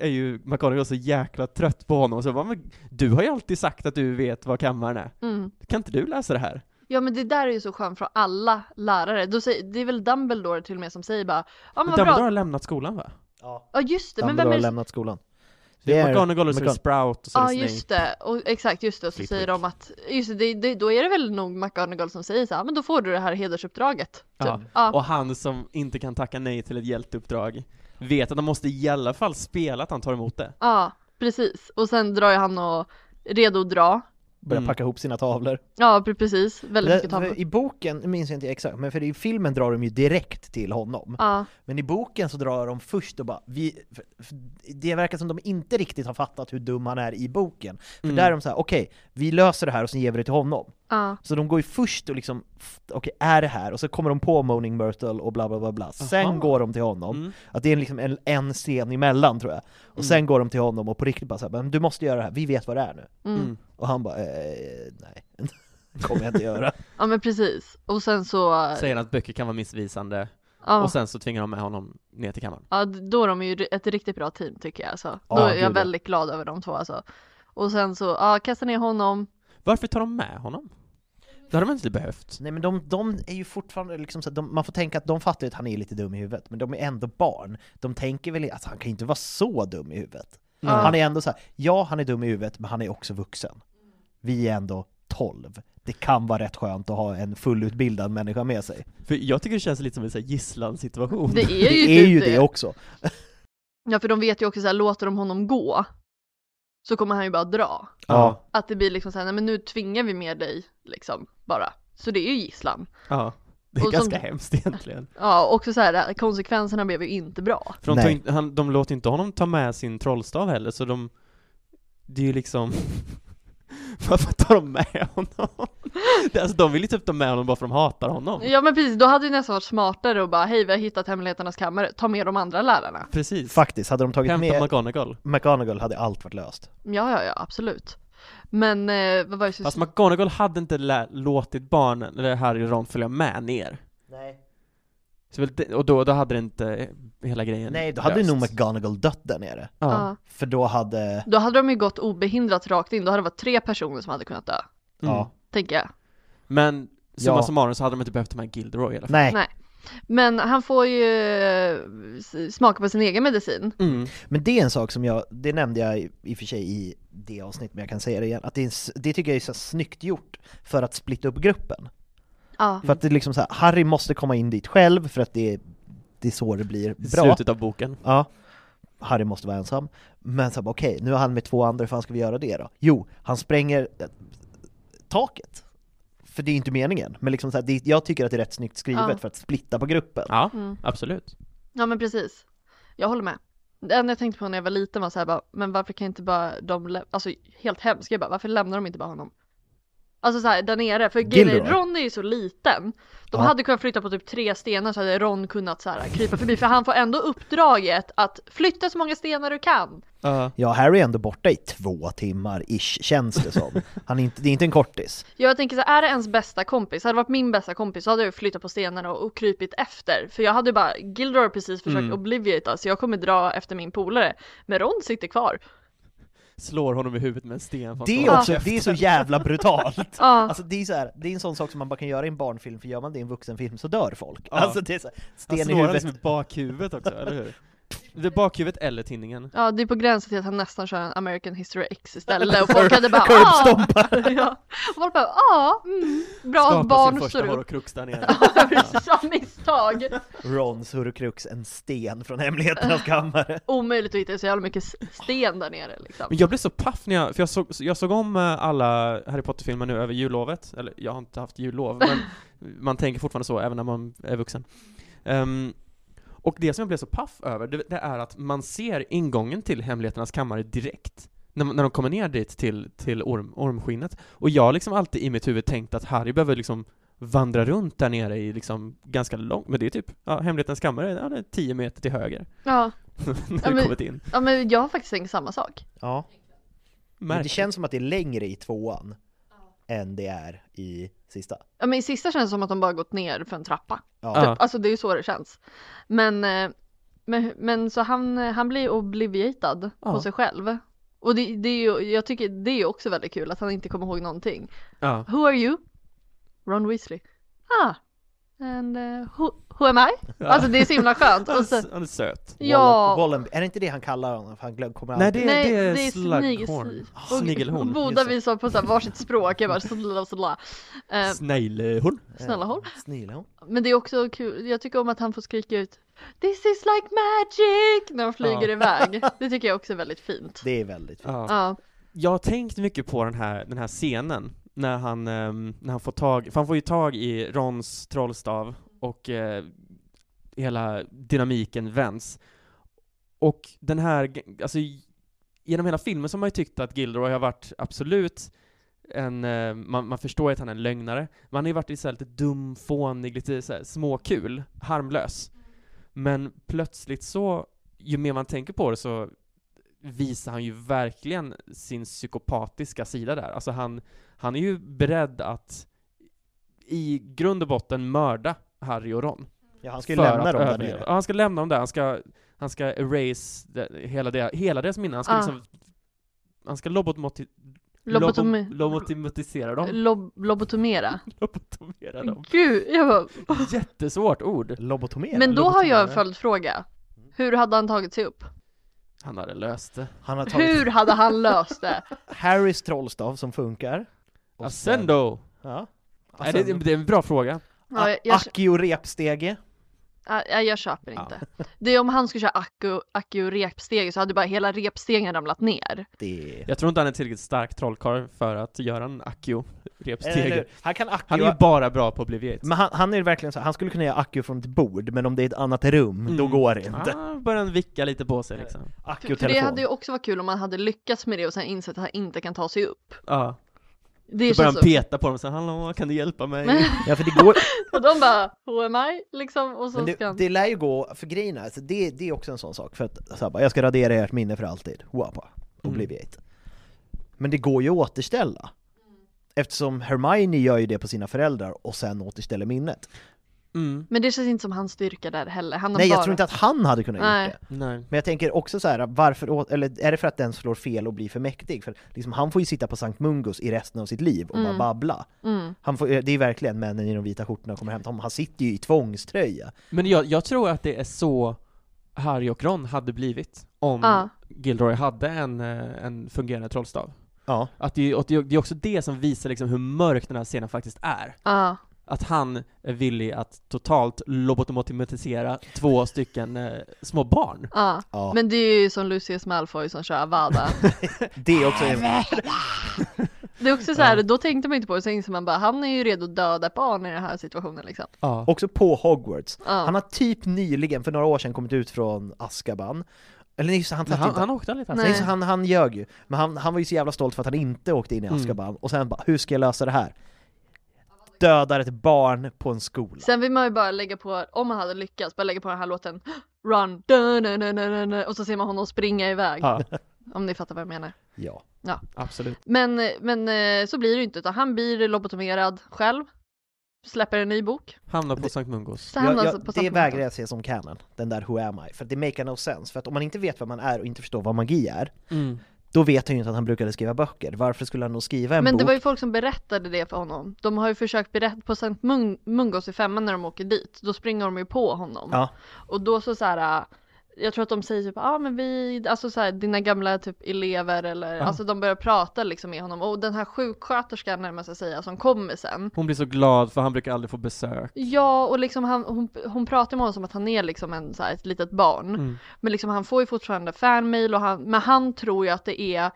är ju McGonagall så jäkla trött på honom, så jag bara, men du har ju alltid sagt att du vet vad kammaren är,
Mm.
kan inte du läsa det här?
Ja men det där är ju så skönt från alla lärare. Då säger, det är väl Dumbledore till och med som säger bara Ja men vad
Dumbledore
bra.
har lämnat skolan va?
Ja.
Ja just det, men
Dumbledore
vem
har
är det?
lämnat skolan.
Det är McGonagall och så är det
McGon-
Sprout och så är
Ja
det Snape.
just det, och, exakt just det. Så
Flitwick.
säger de att Just det, det, det, då är det väl nog McGonagall som säger så här, "Ja, men då får du det här hedersuppdraget. Typ.
Ja.
Ja.
Och han som inte kan tacka nej till ett hjälteuppdrag. vet att han måste i alla fall spela att han tar emot det.
Ja, precis. Och sen drar ju han och redo att dra.
Börjar packa ihop sina tavlor.
Ja, pre- precis. Väldigt
Det-
mycket tavlor.
I boken minns jag inte exakt, men för i filmen drar de ju direkt till honom.
Ja.
Men i boken så drar de först och bara, vi, för, för, det verkar som de inte riktigt har fattat hur dum han är i boken. För
Mm.
där är de så här: okej, vi löser det här och sen ger vi det till honom.
Ja.
Så de går ju först och liksom, f- okej är det här? Och så kommer de på Moaning Myrtle och bla bla bla bla. Sen
Aha.
går de till honom, att det är liksom en, en scen emellan tror jag. Och
Mm.
sen går de till honom och på riktigt bara såhär, men du måste göra det här, vi vet vad det är nu.
Mm. Mm.
Och han bara, eh, nej, det kommer jag inte göra.
Ja men precis. Och sen så,
Säger att böcker kan vara missvisande,
Ja.
och sen så tvingar de med honom ner till kammaren.
ja, d- då är de ju ri- ett riktigt bra team tycker jag alltså.
Ja,
Då är
gud,
jag
ja.
väldigt glad över de två alltså. Och sen så, ja kasta ner honom.
Varför tar de med honom? Det hade man inte behövt.
Nej men de, de är ju fortfarande liksom så här, de, man får tänka att de fattar ju att han är lite dum i huvudet, men de är ändå barn. De tänker väl att alltså, han kan ju inte vara så dum i huvudet.
Mm.
Han är ändå så här, ja han är dum i huvudet, men han är också vuxen. Vi är ändå 12. Det kan vara rätt skönt att ha en fullutbildad människa med sig.
För jag tycker det känns lite som en sån här gisslansituation.
Det är ju
det, är
typ
ju
det.
det också.
Ja för de vet ju också så här, låter de honom gå så kommer han ju bara dra.
Ja.
Att det blir liksom så här, nej men nu tvingar vi med dig liksom bara. Så det är ju gisslan.
Ja. Det är
Och
ganska
som-
hemskt egentligen.
Ja också så här, konsekvenserna blev ju inte bra.
För de, tar inte- han, de låter inte honom ta med sin trollstav heller, så de... Det är ju liksom... Varför tar de med honom? Det- Alltså de vill ju typ ta med honom bara för de hatar honom.
Ja men precis, då hade ju nästan varit smartare och bara hej vi har hittat hemligheternas kammare, ta med de andra lärarna.
Precis.
Faktiskt, hade de tagit
Hämta
med
McGonagall.
McGonagall hade allt varit löst.
Ja ja ja absolut. Men eh, vad var det
Fast McGonagall hade inte lä- låtit barnen, eller Harry och Ron följa med ner.
Nej.
Så väl det, och då, då hade det inte hela grejen
Nej, då hade ju
löst.
nog McGonagall dött där nere.
Ja.
Ja.
För då hade...
Då hade de ju gått obehindrat rakt in, då hade det varit tre personer som hade kunnat dö,
Ja.
tänker jag.
Mm. Men summa
Ja.
summarum så hade de inte behövt ta med Gilderoy i alla fall.
Nej.
Men han får ju eh, s- smaka på sin egen medicin.
Mm.
Men det är en sak som jag, det nämnde jag i, i och för sig i det avsnittet, men jag kan säga det igen, att det, är, en s- det tycker jag är så snyggt gjort för att splitta upp gruppen.
Ja.
För att det är liksom så här, Harry måste komma in dit själv för att det är, det är så det blir
I
bra.
Slutet av boken.
Ja. Harry måste vara ensam. Men så bara, okej, nu är han med två andra, hur fan ska vi göra det då? Jo, han spränger eh, taket. För det är inte meningen. Men liksom så här, det, jag tycker att det är rätt snyggt skrivet
Ja.
för att splitta på gruppen.
Ja,
Mm.
absolut.
Ja men precis. Jag håller med. Det enda jag tänkte på när jag var liten var så här bara, men varför kan inte bara de, lä- alltså helt hemskt, jag bara, varför lämnar de inte bara honom? Alltså så här, där nere, för grejen är,
Gilroy.
Ron är ju så liten.
Ja.
De hade kunnat flytta på typ tre stenar så hade Ron kunnat så här krypa förbi, för han får ändå uppdraget att flytta så många stenar du kan.
Ja, Harry är ändå borta i två timmar ish, känns det som. Han är inte, det är inte en kortis.
Jag tänker så här, är det ens bästa kompis, hade det varit min bästa kompis så hade jag flyttat på stenarna och, och krypit efter. För jag hade ju bara, Gilroy har precis försökt
Mm.
obliviata så jag kommer dra efter min polare. Men Ron sitter kvar.
Slår honom i huvudet med en sten. fast
Det
han
är,
har
också,
käft.
det är så jävla brutalt!
Ja.
Alltså det är, så här, det är en sån sak som man bara kan göra i en barnfilm, för gör man det i en vuxenfilm så dör folk.
Ja.
Alltså det är så här,
Han
sten i
slår honom
huvudet.
liksom i bakhuvudet också, eller hur? Det är bakhuvudet eller tinningen.
Ja, det är på gränsen till att han nästan kör en American History X istället och folk hade bara ah!
Kurvstompar!
ja. Och folk bara ah, mm, bra
Skapar
att barn
sin första
står upp.
horokrux där nere.
Ja, precis, av misstag.
Rons hurkrux, en sten från Hemligheternas kammare.
Omöjligt att hitta så jävla mycket s- sten där nere liksom.
Men jag blev så paff när jag, för jag såg, jag såg om eh, alla Harry Potter-filmer nu över jullovet, eller jag har inte haft jullov, men man tänker fortfarande så även när man är vuxen. Ehm, och det som jag blev så paff över, det, det är att man ser ingången till Hemligheternas kammare direkt. När, man- när de kommer ner dit till, till orm, ormskinnet. Och jag har liksom alltid i mitt huvud tänkt att Harry behöver liksom vandra runt där nere i liksom ganska långt, men det är typ, ja, Hemligheternas kammare, ja, det är 10 meter till höger.
Ja.
när
Ja,
vi
men-
kommit in.
ja, men jag har faktiskt tänkt samma sak.
Ja. Men det
Märkligt.
typ
känns som att det är längre i tvåan än det är i sista.
Ja, men i sista känns det som att de bara gått ner för en trappa.
Ja.
Typ. Alltså det är ju så det känns. Men, eh, men, men så han, han blir obliviated på
Ja.
sig själv. Och det, det är ju, jag tycker det är ju också väldigt kul att han inte kommer ihåg någonting.
Ja.
Who are you? Ron Weasley. Ah, and eh, who, who am I? Alltså det är så himla skönt. Och så,
Han är söt.
ja,
Wallen, Wallen, är det inte det han kallar honom? För han glöm, kommer
Nej
alltid-
det,
Nej,
det är
det är snig-
slughorn.
och
Snigelhorn.
Båda vi sa på så här varsitt språk, jag bara snälla, snälla. Eh,
Sneglehorn.
snälla håll.
Snila hon.
Men det är också kul, jag tycker om att han får skrika ut This is like magic! När de flyger
Ja.
iväg. Det tycker jag också är väldigt fint.
Det är väldigt
Ja.
Ja.
Jag har tänkt mycket på den här, den här scenen när han, ehm, när han får tag, för han får ju tag i Rons trollstav och eh, hela dynamiken vänds. Och den här, g- alltså i- genom hela filmen så har man ju tyckt att Gilderoy har varit absolut en, eh, man, man förstår ju att han är en lögnare, men han har ju varit istället lite dum, fånig, lite så här småkul, harmlös. Men plötsligt så, ju mer man tänker på det så visar han ju verkligen sin psykopatiska sida där. Alltså han, han är ju beredd att i grund och botten mörda Harry och Ron.
Ja, han ska ju
För
lämna
att
dem där
överleva.
nere.
Ja, han ska lämna dem där. Han ska, han ska erase det, hela, det, hela deras minne. Han ska
Ah.
liksom... Han ska lobotomati...
Lobotomi-
lobom- Lobotomatisera dem.
Lob- lobotomera.
Lobotomera dem.
Gud, jag bara...
Jättesvårt ord.
Lobotomera?
Men då har jag en följdfråga. Hur hade han tagit sig upp?
Han hade löst det.
Han har tagit
Hur hade han löst det?
Harrys trollstav som funkar. Och sen-
Ascendo!
Ja. Alltså,
Nej, det, det är en bra fråga.
Ja, jag, jag,
Aki och repstege.
jag, jag, köper inte. Det är om han skulle köra acku, acku och repsteg så hade bara hela repstegen ramlat ner.
Det
Jag tror inte han är tillräckligt stark trollkarl för att göra en Akio
Eller
repstege.
hur? Han kan Aki
Han är ju bara bra på Obliviate.
Men han, han är verkligen så, han skulle kunna göra Aki från ett bord, men om det är ett annat rum, då
Mm.
går det inte.
Ah, börjar han vicka lite på sig liksom.
Aki
För,
och
för det
telefon.
hade ju också varit kul om man hade lyckats med det och sen insett att han inte kan ta sig upp.
Ja.
Det
Då börjar
känns
han
så.
peta på dem och säger 'Hallå, kan du hjälpa mig?'
Ja, för det går,
Och de bara, who am I? Liksom, och så
Men
ska
det,
han...
det lär ju gå, för grejen är, alltså det, det är också en sån sak, för att så här, bara, jag ska radera ert minne för alltid, wapa,
Mm.
obliviate. Men det går ju att återställa. Eftersom Hermione gör ju det på sina föräldrar och sen återställer minnet.
Mm.
Men det känns inte som hans styrka där heller. Han har
Nej,
bara...
jag tror inte att han hade kunnat
Nej.
gjort det.
Nej.
Men jag tänker också så här, varför, å- eller är det för att den slår fel och blir för mäktig? För liksom, han får ju sitta på Sankt Mungus i resten av sitt liv och bara babbla. Han får, eh, det är verkligen männen i de vita skjortorna kommer hem till honom, han sitter ju i tvångströja.
Men jag, jag tror att det är så Harry och Ron hade blivit om
Ja.
Gilroy hade en, eh, en fungerande trollstav.
Ja.
Att det, och det det är också det som visar liksom hur mörk den här scenen faktiskt är.
Ja.
Att han är villig att totalt lobotomatisera två stycken eh, små barn.
Ja.
Ja.
men det är ju som Lucius Malfoy som kör Avada.
Det är också en...
Det är också så här, då tänkte man inte på det, så inser man bara, han är ju redo att döda ett barn i den här situationen liksom.
Ja.
Också på Hogwarts.
Ja.
Han har typ nyligen, för några år sedan, kommit ut från Azkaban. Eller nej, så han
Men
tatt
han,
inte.
han åkte aldrig fast.
Nej, så han, han ljög ju. Men han, han var ju så jävla stolt för att han inte åkte in i
Mm.
Azkaban. Och sen bara, hur ska jag lösa det här? Dödar ett barn på en skola.
Sen vill man ju bara lägga på, om han hade lyckats, bara lägga på den här låten Run, dun, dun, dun, dun, dun, och så ser man honom springa iväg.
Ja,
Om ni fattar vad jag menar.
Ja.
absolut.
Men, men eh, så blir det ju inte, utan han blir lobotomerad själv. Släpper en ny bok.
Hamnar på Sankt Mungos.
Så
Jag,
hamnar
jag, det
på Sankt
vägrar jag se som canon, den där Who am I? För att det make no sense. För att om man inte vet vad man är och inte förstår vad magi är,
Mm.
då vet han ju inte att han brukade skriva böcker. Varför skulle han då skriva en
Men
bok?
det var ju folk som berättade det för honom. De har ju försökt berätta på Sankt Mun- Mungos i femman när de åker dit. Då springer de ju på honom.
Ja.
Och då så så här. äh, Jag tror att de säger typ, ja ah, men vi, alltså så här, dina gamla typ elever eller, alltså de börjar prata liksom med honom. Och den här sjuksköterskan närmar sig säga som kommer sen.
Hon blir så glad för han brukar aldrig få besök.
Ja, och liksom han, hon, hon pratar med honom som att han är liksom en, så här, ett litet barn.
Mm.
Men liksom han får ju fortfarande fanmail och han, men han tror ju att det är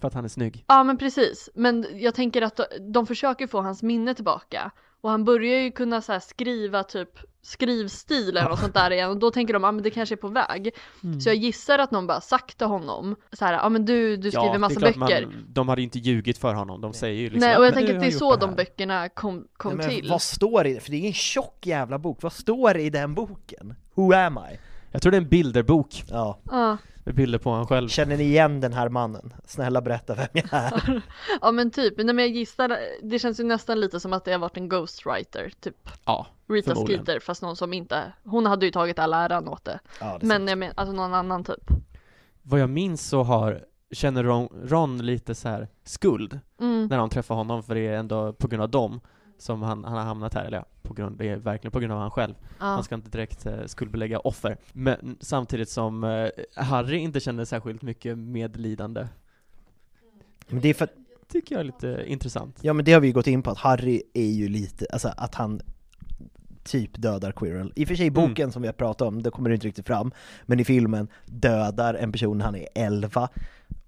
För att han är snygg.
Ja men precis, men jag tänker att de försöker få hans minne tillbaka och han börjar ju kunna så här skriva typ skrivstil eller något sånt där igen och då tänker de att ah, men det kanske är på väg.
Mm.
Så jag gissar att någon bara sagt till honom så här, ja ah, men du, du skriver
det är
massa
klart
böcker.
Man, de hade ju inte ljugit för honom, de säger ju liksom
Nej
att,
och jag
"Men
tänker
du
att det är
har
så
gjort
de
här."
böckerna kom, kom
Nej, men
till.
Vad står det? För det är en tjock jävla bok. Vad står det i den boken? Who am I?
Jag tror det är en bilderbok
Ja.
Ja.
med bilder på honom själv.
Känner ni igen den här mannen? Snälla berätta vem jag är.
ja men typ, nej men jag gissar, det känns ju nästan lite som att det har varit en ghostwriter typ.
Ja,
Rita
förmodligen.
Skeeter fast någon som inte, hon hade ju tagit all äran åt det.
Ja, det är
men jag menar, alltså någon annan typ.
Vad jag minns så har, känner Ron, Ron lite så här skuld
Mm.
när de träffar honom, för det är ändå på grund av dem som han, han har hamnat här, eller ja, på grund, det är verkligen på grund av han själv.
Ja.
Han ska inte direkt eh, skuldbelägga offer. Men samtidigt som eh, Harry inte känner särskilt mycket medlidande.
Men det är för att,
Tycker jag är lite intressant.
ja men det har vi ju gått in på, att Harry är ju lite, alltså att han typ dödar Quirrell. I och för sig i boken som vi har pratat om, det kommer det inte riktigt fram, men i filmen dödar en person när han är 11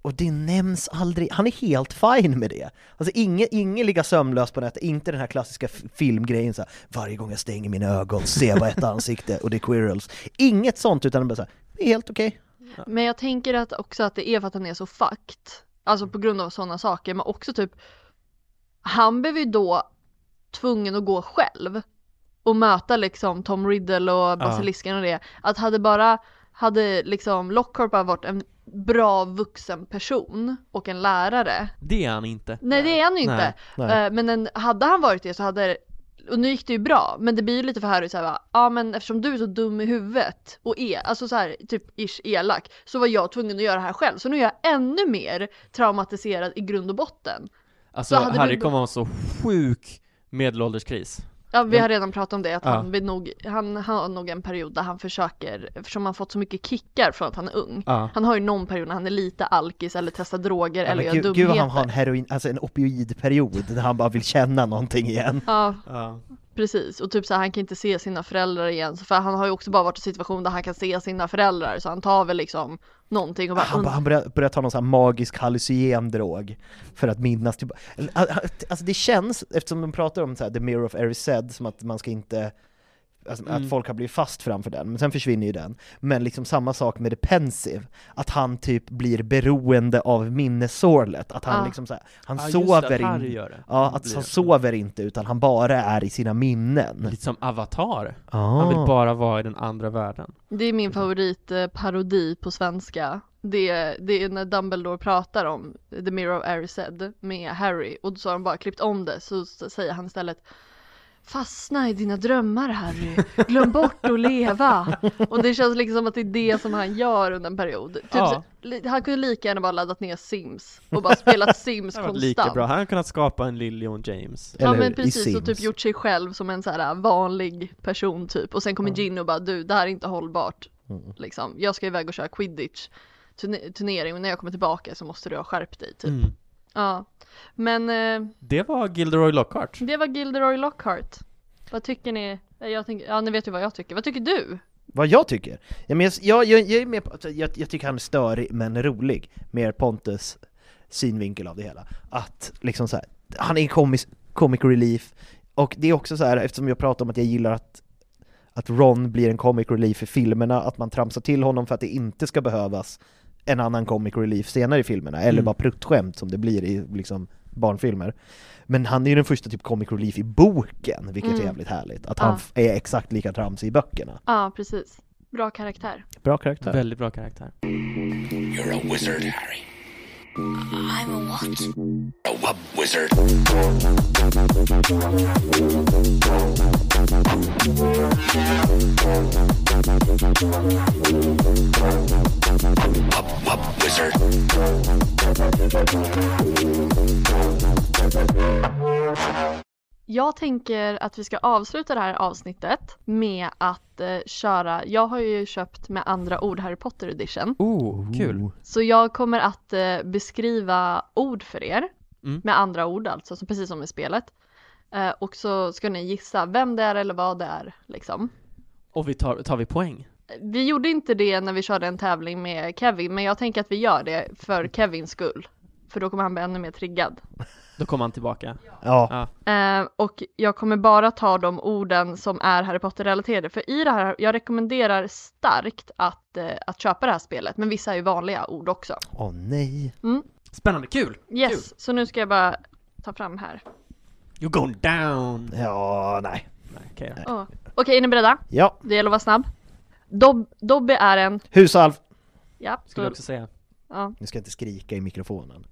och det nämns aldrig, han är helt fin med det. Alltså ingen, ingen ligga sömnlös på nätet, inte den här klassiska f- filmgrejen så här, varje gång jag stänger mina ögon ser jag bara ett ansikte och det är Quirrells. Inget sånt utan bara så här, det är helt okej.
Men jag tänker att också att det är för att han är så fucked. Alltså på grund av sådana saker. Men också typ, han blev ju då tvungen att gå själv. Och möta liksom Tom Riddle och basilisken och det. Att hade bara, hade liksom Lockhart bara varit en bra vuxen person och en lärare.
Det är han inte.
Nej det är han ju inte.
Nej, nej.
Eh, Men en, hade han varit det så hade och nu gick det ju bra, men det blir ju lite för Harry såhär ja men eftersom du är så dum i huvudet och är, alltså såhär typ ish elak, så var jag tvungen att göra det här själv. Så nu är jag ännu mer traumatiserad i grund och botten.
Alltså
Så hade vi
Harry
bo-
kommer ha en så sjuk medelålderskris.
Ja vi
Men-
har redan pratat om det, att
Ja.
han, vill nog, han, han har nog en period där han försöker, eftersom han fått så mycket kickar från att han är ung.
Ja.
Han har ju någon period när han är lite alkis eller testar droger eller
Men
gör
Gud,
dumheter.
gud vad han har en heroin, alltså en opioidperiod där han bara vill känna någonting igen.
Ja, Precis, och typ så här, han kan inte se sina föräldrar igen, så- för han har ju också bara varit i en situation där han kan se sina föräldrar, så han tar väl liksom någonting och bara, "Mm,
Han, bara, han börjar, börjar ta någon sån här magisk hallucinogen drog för att minnas tillbaka. Alltså det känns, eftersom de pratar om så här, the mirror of every said, som att man ska inte Alltså,
Mm.
Att folk har blivit fast framför den, men sen försvinner ju den. Men liksom samma sak med The Pensive, att han typ blir beroende av minnesorlet, att han
Ah.
liksom så här, han
Ah, just det, att
sover
Harry
inte.
gör det.
Ja,
Mm,
att
blir
han
det.
sover inte utan han bara är i sina minnen.
Lite som Avatar.
Ah.
Han vill bara vara i den andra världen.
det är min favoritparodi på svenska. Det, det är när Dumbledore pratar om The Mirror of Harry said med Harry, och så har han bara klippt om det, så s- säger han istället Fastna i dina drömmar Harry, glöm bort att leva! Och det känns liksom att det är det som han gör under en period. Typ,
Ja.
så- li- Han kunde lika gärna bara laddat ner Sims och bara spelat Sims
Det hade varit lika
konstant.
bra. Han hade kunnat skapa en Lillian James.
ja men precis, och typ gjort sig själv som en så här äh, vanlig person typ. Och sen kommer Ginny och bara du, det här är inte hållbart.
Mm.
Liksom, jag ska iväg och köra quidditch turne- turnering och när jag kommer tillbaka så måste du ha skärpt dig typ.
Mm.
Ja, men eh,
Det var Gilderoy Lockhart.
det var Gilderoy Lockhart. Vad tycker ni? Eh, Jag tänker, ja ni vet ju vad jag tycker. Vad tycker du?
Vad jag tycker? Ja, men jag, jag, jag, jag är med på, alltså, jag, jag tycker han är störig men rolig, mer Pontus synvinkel av det hela. Att liksom så här, han är en komis, comic relief, och det är också så här, eftersom jag pratar om att jag gillar att att Ron blir en comic relief i filmerna, att man tramsar till honom för att det inte ska behövas en annan comic relief senare i filmerna, eller
Mm.
bara pruttskämt som det blir i liksom barnfilmer. Men han är ju den första typ comic relief i boken, vilket
Mm.
är jävligt härligt. Att han
Ja.
f- är exakt lika tramsig i böckerna.
Ja precis, bra karaktär.
Bra karaktär.
Väldigt bra karaktär.
You're a wizard, Harry.
I'm a what?
A wub wizard. Wub wub wizard.
Jag tänker att vi ska avsluta det här avsnittet med att eh, köra, jag har ju köpt med andra ord Harry Potter edition.
Oh, kul.
Så jag kommer att eh, beskriva ord för er,
Mm.
med andra ord alltså, så precis som i spelet. Eh, och så ska ni gissa vem det är eller vad det är liksom.
Och vi tar, tar vi poäng?
Vi gjorde inte det när vi körde en tävling med Kevin, men jag tänker att vi gör det för Kevins skull. För då kommer han bli ännu mer triggad.
Då kommer han tillbaka.
Ja.
Eh, och jag kommer bara ta de orden som är Harry Potter-relaterade. För i det här, jag rekommenderar starkt att, eh, att köpa det här spelet, men vissa är ju vanliga ord också.
Åh nej.
Mm.
Spännande, kul!
Yes, så nu ska jag bara ta fram här.
You're going down! Eh,
Ja, nej.
nej okej då.
Åh. Okej, är ni beredda?
Ja.
Det gäller att vara snabb. Dob- Dobby är en...
Husalv!
Ja,
Skulle
då-
jag också säga.
Ja.
Nu ska jag inte skrika i mikrofonen.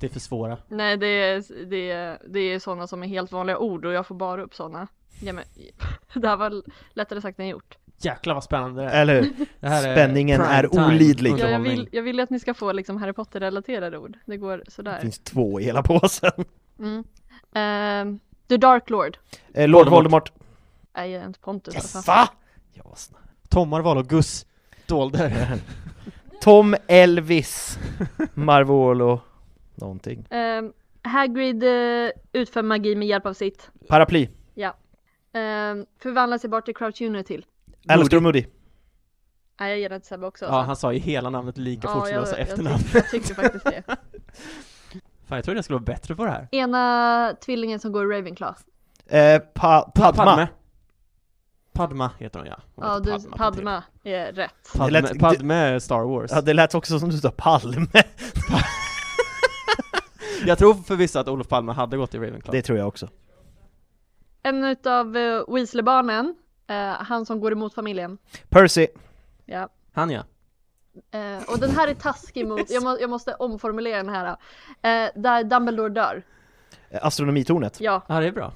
Det är för svåra.
Nej, det är, det, är, det är sådana som är helt vanliga ord och jag får bara upp sådana. Ja, men, det här var lättare sagt än gjort.
Jäklar vad spännande det är.
Eller hur?
Det här är
Eh, Spänningen
prime
är
time
olidlig.
Ja, jag,
underhållning.
vill, jag vill att ni ska få liksom Harry Potter-relaterade ord. Det går sådär.
Det finns två i hela påsen.
Mm. Ehm, The Dark Lord.
Eh, Lord Voldemort.
Nej, jag är inte Pontus.
Yes,
vad fan.
va?
Tommar val och Guss dolder.
Tom Elvis Marvolo någonting.
Ehm, Hagrid eh, utför magi med hjälp av sitt.
Paraply.
Ja. Ehm, förvandlas jag bart till Crouch Unity?
Alistair Moody.
Nej, jag ger den till Sebbe också.
Ja, han sa ju hela namnet lika fort som jag sa efternamn.
Jag, tyck- jag tyckte faktiskt det.
Fan, jag trodde jag skulle vara bättre på det här.
Ena tvillingen som går i Ravenclaw.
Eh, pa- Padma.
Padme. Padma heter hon ja. Hon
Ja,
heter
du,
Padma på TV.
Padma är rätt.
Det
Padme,
lät-
Padme är Star Wars.
Ja, det lät också som du sa Palme.
Jag tror förvisso att Olof Palme hade gått i Ravenclaw.
Det tror jag också.
En utav eh, Weasley-barnen, eh, han som går emot familjen.
Percy.
Ja.
Han ja.
Eh, och den här är taskig mot, jag, må, jag måste omformulera den här. Eh, där Dumbledore dör.
Eh, Astronomitornet.
Ja.
Ja, det är bra.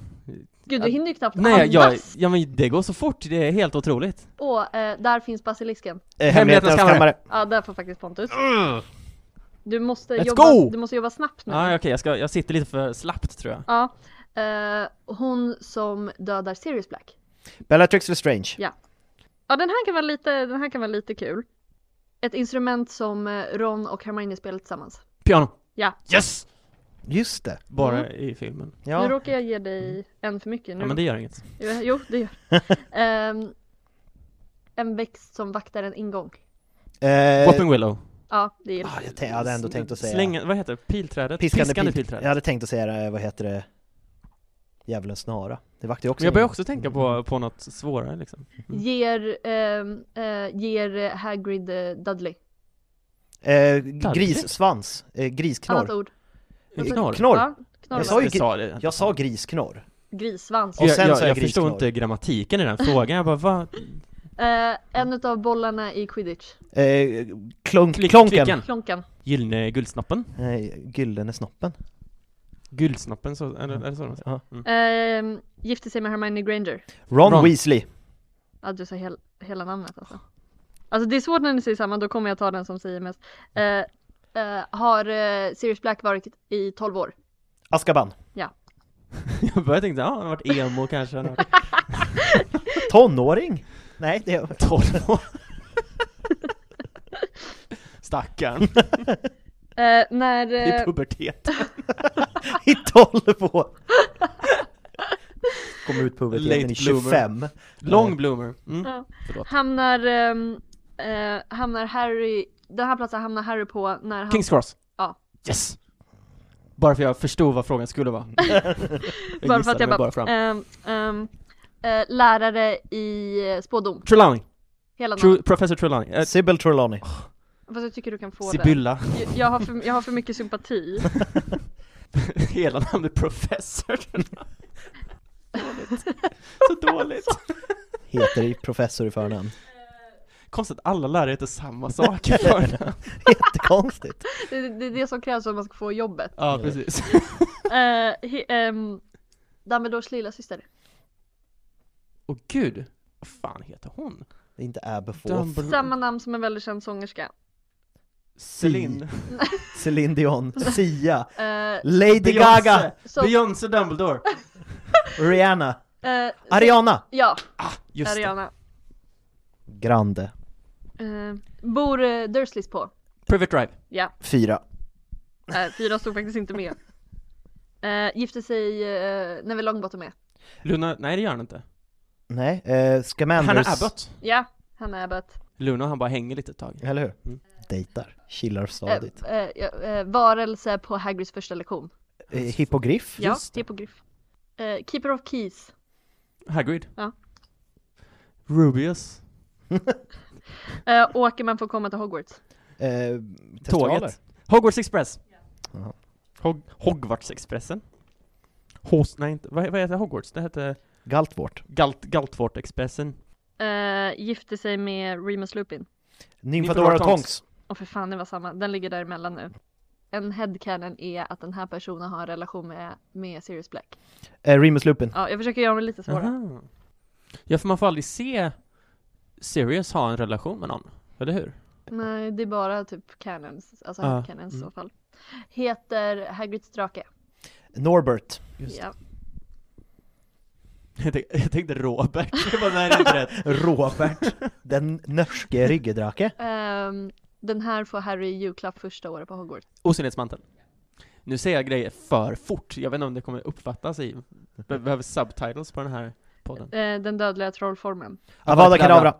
Gud, du hinner ju knappt
Nej,
andas.
jag, ja men det går så fort, det är helt otroligt.
Och eh, där finns basilisken.
Eh, Hemligheternas kammare.
Ja, där får faktiskt Pontus. Du måste,
Let's
jobba,
go!
du måste jobba snabbt nu.
Ja, okej, jag, ska, jag sitter lite för slappt tror jag.
Ja. Eh, hon som dödar Sirius Black.
Bellatrix Lestrange.
Ja. Ja, den här kan vara lite, den här kan vara lite kul. Ett instrument som eh, Ron och Hermione spelar tillsammans.
Piano.
Ja.
Yes!
Just det.
Bara
Mm.
i filmen.
Nu råkar jag ge dig en för mycket nu.
Mm. Ja men det gör inget.
Jo, Jo, det gör Ehm, En växt som vaktar en ingång.
Eh,
Whopping Willow.
Ja, det är
ah, jag, tän- jag hade ändå tänkt att säga...
Släng, vad heter det? Pilträdet?
Piskande, pil-
pilträd.
Jag hade tänkt att säga, det, eh, vad heter det? Djävulens snara. Det vaktar ju också
Men jag börjar
ingen-
också tänka
Mm.
på, på något svårare liksom.
Ger, ehm, eh, ger Hagrid eh, Dudley.
Eh, grissvans. Eh,
Annat
grisknorr.
ord.
Eh,
Knorr.
Ja,
Knorr.
knorr
Jag
var
sa
det.
ju
Jag sa det.
gri- jag sa grissnorr.
Grissvans.
Och
jag
sen
jag,
så är
jag
grisen
förstår
klar.
inte grammatiken i den frågan, jag bara va?
Mm.
Eh, en utav bollarna i quidditch.
Eh, klunk,
Klick-
klonken.
klicken.
Klonkan.
Gyllene Guldsnoppen?
Eh, gyllene snoppen.
Guldsnoppen, så, är, det, är det så de säger?
Ja.
Mm.
Ehm, gifte sig med Hermione Granger.
Ron,
Ron.
Weasley.
Ja, du sa hel, hela namnet alltså. Alltså det är svårt när ni säger samma, då kommer jag ta den som säger mest. Eh, eh, har eh, Sirius Black varit i 12 år?
Azkaban.
Jag började tänka, ja, han har varit emo kanske, han har varit
Tonåring? Nej, det är...
12 år. Stackarn,
Eh, när... eh,
i pubertet.
I 12 år! Kommer ut puberteten
Late
i
bloomer.
25.
Long bloomer. Mm.
Ja.
Förlåt.
Hamnar, ehm, eh, hamnar Harry, den här platsen hamnar Harry på när han,
Kings Cross.
Ja.
Yes! Bara för jag förstod vad frågan skulle vara. jag
bara för
gissade
att jag
mig
bara,
bara fram.
ehm, ehm, eh, lärare i eh, spådom,
Trelawney.
hela
Tru-
namnet.
Professor Trelawney. Eh,
Sybil Trelawney.
Fast jag tycker du kan få
Sibylla.
den. Jag, jag, har för, jag har för mycket sympati.
Hela namnet Professor Trelawney. Så dåligt.
Heter i professor i förnamn.
Konstigt att alla lärare heter samma sak i förnamn.
Jättekonstigt.
Det, det, det är det som krävs för att man ska få jobbet.
Ja, precis.
Eh, he, ehm, Dumbledores lillasyster.
Och gud, vad fan heter hon?
Det är inte Aberforth.
Dumbledore.
Samma namn som en väldigt känd sångerska.
Celine.
Céline Dion. Sia.
Eh,
Lady Gaga.
Så-
Beyoncé Dumbledore.
Rihanna.
eh, så-
Ariana.
Ja,
Just det.
Ariana.
Grande.
Eh, bor eh, Dursleys på?
Private Drive.
Ja.
Fyra.
Eh, fyra stod faktiskt inte med. Eh, gifte sig eh, när vi Longbottom med.
Luna, nej det gör han inte.
Nej, eh, Scamanders.
Han är Abbott.
Ja, han är Abbott. Eh,
Luna han bara hänger lite ett tag.
Eller hur?
Mm.
Dejtar. Chillar
Eh,
stadigt.
eh, eh, varelse på Hagrids första lektion.
Eh, hippogriff.
Ja, hippogriff. Eh, keeper of Keys.
Hagrid.
Ja.
Rubius.
Eh, åker man får komma till Hogwarts.
Eh, testraler.
Tåget. Hogwarts Express.
Jaha.
Hog Hogwarts Expressen. Hos, nej inte, vad, vad heter Hogwarts? Det hette
Galtvort.
Galt, Galtvort Expressen.
Eh, gifte sig med Remus Lupin.
Nymfadora Tonks.
Och för fan det var samma, den ligger däremellan nu. En headcanon är att den här personen har en relation med, med Sirius Black.
Eh, Remus Lupin.
Ja, jag försöker göra dem lite svåra.
Aha. Ja, för man får aldrig se Sirius ha en relation med någon, eller hur?
Nej, det är bara typ canons, alltså
Ja, Mm.
headcanons i så fall. Heter Hagrids drake.
Norbert.
Just
Ja.
Jag tänkte, jag tänkte Robert, jag bara, nej det är inte rätt.
Robert. Den norske ryggedrake.
Ehm, den här får Harry i julklapp första året på Hogwarts.
Osynlighetsmanteln. Nu säger jag grejer för fort, jag vet inte om det kommer uppfattas i... Be- Behöver subtitles på den här podden.
Eh, den dödliga trollformen.
Avada Kedavra.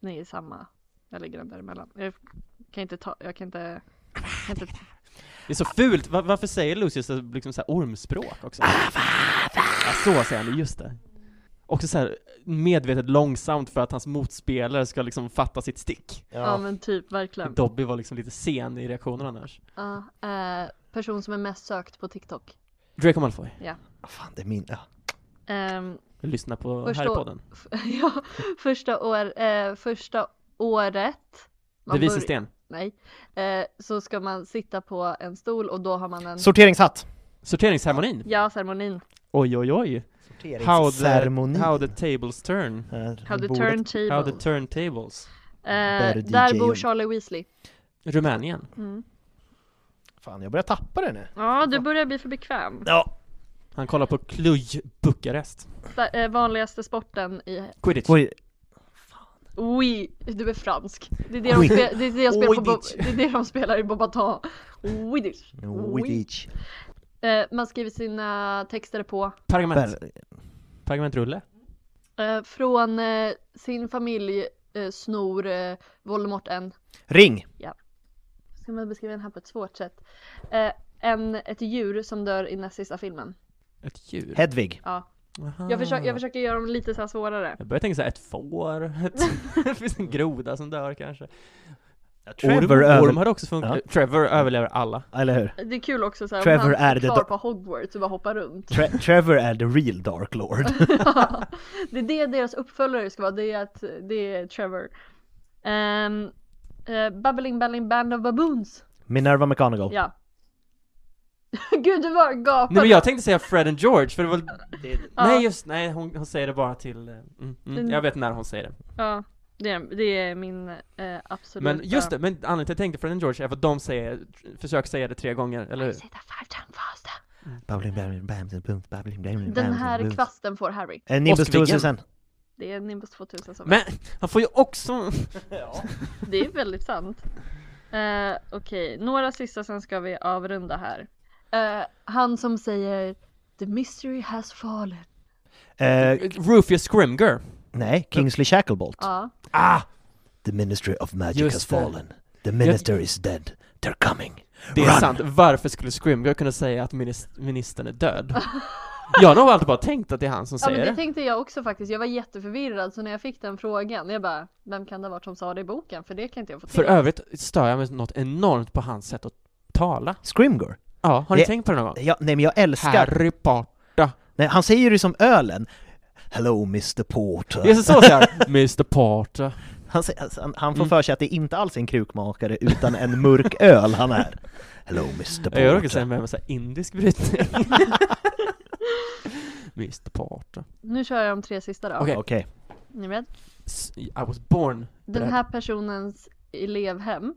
Nej, samma. Jag ligger den däremellan. Jag kan inte ta, jag kan inte... Jag kan inte
Det är så fult, Va- varför säger Lucius så- liksom såhär ormspråk också?
Ah,
Ja, så säger han, just det. Också såhär medvetet långsamt för att hans motspelare ska liksom fatta sitt stick.
ja. men typ, verkligen.
Dobby var liksom lite sen i reaktionen annars.
Ja, eh, person som är mest sökt på TikTok.
Draco Malfoy,
Ja.
Ah, Fan, det är min... Ja.
Ehm,
lyssna på
Första å-
Harrypodden.
ja, första, år, eh, första året man
Det visar
bör-
sten.
Nej, eh, så ska man sitta på en stol och då har man en
Sorteringshatt.
Sorteringsceremonin.
Ja, ceremonin
Oj, oj, oj. How the,
Sorteringsceremoni. Eh,
how the tables turn.
How the bordet- turntables.
How the turntables.
eh,
Bör
Där
DJ
bor
om.
Charlie Weasley
Rumänien.
mm.
Fan, jag börjar tappa det nu.
Ja, du börjar bli för bekväm
Ja.
Han kollar på Cluj Bukarest.
Sta- eh, Vanligaste sporten i
Quidditch.
Oui, du är fransk Det är det de,
Oui.
spe- det är det de, spelar, på
Quidditch.
Bo- det är det de spelar i Bobatan Quidditch Oui.
Quidditch.
eh, Man skriver sina texter på
Pergament. Pergamentrulle.
Eh, från eh, sin familj eh, snor eh, Voldemort en,
Ring.
ja. Ska man beskriva den här på ett svårt sätt? Eh, en, ett djur som dör i näst sista filmen.
Ett djur.
Hedvig.
Ja.
Aha.
Jag, försöker,
Ah.
jag försöker göra dem lite så här svårare.
Jag börjar tänka såhär, ett får, ett, det finns en groda som dör kanske.
Trevor
orm,
över-
orm hade också funkat. Trevor överlever alla.
Eller hur?
Det är kul också så här,
Trevor
om han
är
är
det
kvar
do-
på Hogwarts och bara hoppar runt.
Tre- Trevor är the real Dark Lord.
Det är det deras uppföljare ska vara, det är, att, det är Trevor. Um, Bubbling Belling Band of Baboons.
Minerva McGonagall.
Ja. Gud du var gapade.
Nej men jag tänkte säga Fred and George, för det var... Nej just, nej hon, hon säger det bara till... eh, Mm, mm, jag vet när hon säger det.
Ja, det är, det är min eh, absoluta...
Men just det, men anledningen till att jag tänkte Fred and George är för att de säger, försök säga det tre gånger, eller hur?
Babbling, babbling, babbling, babbling, babbling, babbling,
Den här
babbling.
kvasten får Harry.
Eh, Nimbus
Åstviggen.
2000.
Det är Nimbus 2000 som
Men han får ju också...
Det är väldigt sant. Eh, Okej, några sista sen ska vi avrunda här. Eh, han som säger The mystery has fallen.
Eh,
Rufus Scrimger.
nej, Kingsley Shacklebolt.
Ja.
Ah!
The Ministry of Magic
Just
has
det.
fallen. The Minister is dead. They're coming.
Det är
Run.
sant, varför skulle Scrimger kunna säga att minis- ministern är död? Jag har nog alltid bara tänkt att det är han som
Ja men
säger
det
det.
tänkte jag också faktiskt. Jag var jätteförvirrad så när jag fick den frågan, jag bara Vem kan det ha varit som sa det i boken? För det kan inte jag få till.
För övrigt stör jag mig något enormt på hans sätt att tala.
Scrimgore.
Ja, har ni
Det-
tänkt på det någon gång?
Ja, nej men jag älskar...
Harry Potter.
Nej, han säger ju det som ölen. Hello Mr Porter.
Det är så så säger han, Mr Potter.
Han, säger- alltså, han,
Mm.
han får för sig att det inte alls är en krukmakare utan en mörk öl han är. Hello Mr Porter.
Jag råkar säga med en massa indisk brytning. Mr Potter.
Nu kör jag de tre sista då.
Okej.
Okej.
Ni med?
S- I was born.
Den här personens elevhem.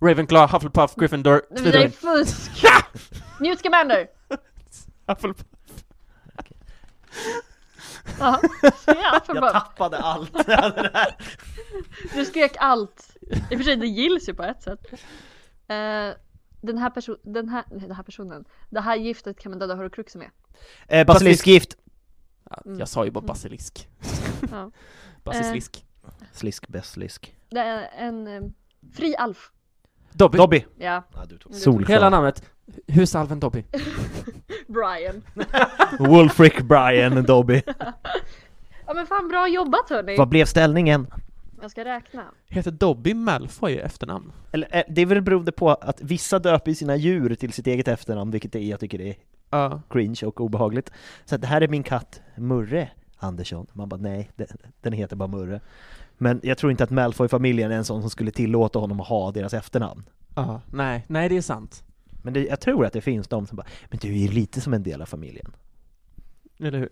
Ravenclaw, Hufflepuff, Gryffindor,
Nej, men Det är
Slytherin.
fusk! Newt Scamander!
Hufflepuff.
Ja, ja, för
Jag
bara-
tappade allt. Jag hade det här.
Du skrek allt. I och för sig, det gills ju på ett sätt. Eh, den här personen, den här, nej, den här personen, det här giftet kan man döda horcruxer med.
Eh, basiliskgift.
Ja, Jag sa ju
Mm.
bara basilisk.
Ja.
Basilisk.
Slisk, beslisk.
Det är en eh, fri alf.
Dobby.
Dobby.
Ja,
Solklar.
Hela namnet. Husalven Dobby.
Brian.
Wolfric Brian Dobby.
Ja men fan bra jobbat hörni.
Vad blev ställningen?
Jag ska räkna.
Heter Dobby Malfoy i efternamn?
Eller, eh, det är väl beroende på att vissa döper ju sina djur till sitt eget efternamn, vilket det är, jag tycker det är
Ja.
cringe och obehagligt. Så att det här är min katt Murre Andersson. Man bara nej, den, den heter bara Murre. Men jag tror inte att Malfoy-familjen är en sån som skulle tillåta honom att ha deras efternamn.
Ja, nej, nej det är sant.
Men det, jag tror att det finns de som bara Men du är ju lite som en del av familjen.
Eller hur?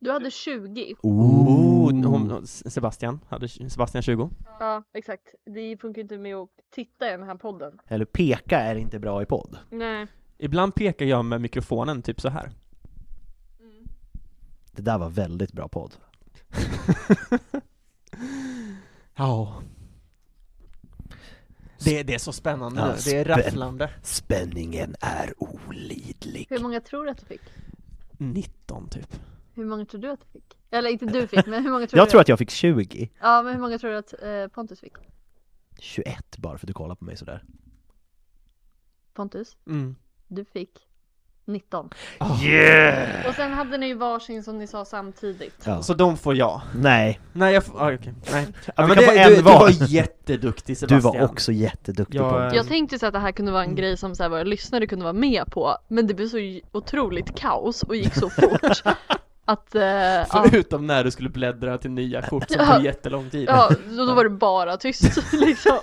Du hade 20.
Oh, hon, Sebastian, hade Sebastian 20.
Ja exakt. Det funkar ju inte med att titta i den här podden.
Eller peka är inte bra i podd.
Nej.
Ibland pekar jag med mikrofonen typ så här.
Det där var väldigt bra podd.
Ja. Det, det är så spännande.
Ja,
det är
spänn-
rafflande.
Spänningen är olidlig.
Hur många tror du att du fick?
19 typ.
Hur många tror du att du fick? Eller inte du fick, men hur många tror
Jag
du?
tror att jag fick 20.
Ja, men hur många tror du att eh, Pontus fick?
21 bara för att du kollar på mig sådär.
Pontus,
Mm.
du fick 19.
Yeah!
Och sen hade ni ju varsin som ni sa samtidigt.
Så de får jag?
Nej.
Nej, jag får... Ah, okej. Nej.
Ja,
Ja,
vi
men
kan
det,
få en
du, du
var.
var jätteduktig
Du
Sebastian.
var också jätteduktig
Jag,
på
eh,
Jag tänkte så att det här kunde vara en grej som så här våra lyssnare kunde vara med på, men det blev så j- otroligt kaos och gick så fort att... Eh, ja.
Förutom när du skulle bläddra till nya kort som
Ja.
tog jättelång tid.
Ja, då, då var det bara tyst liksom.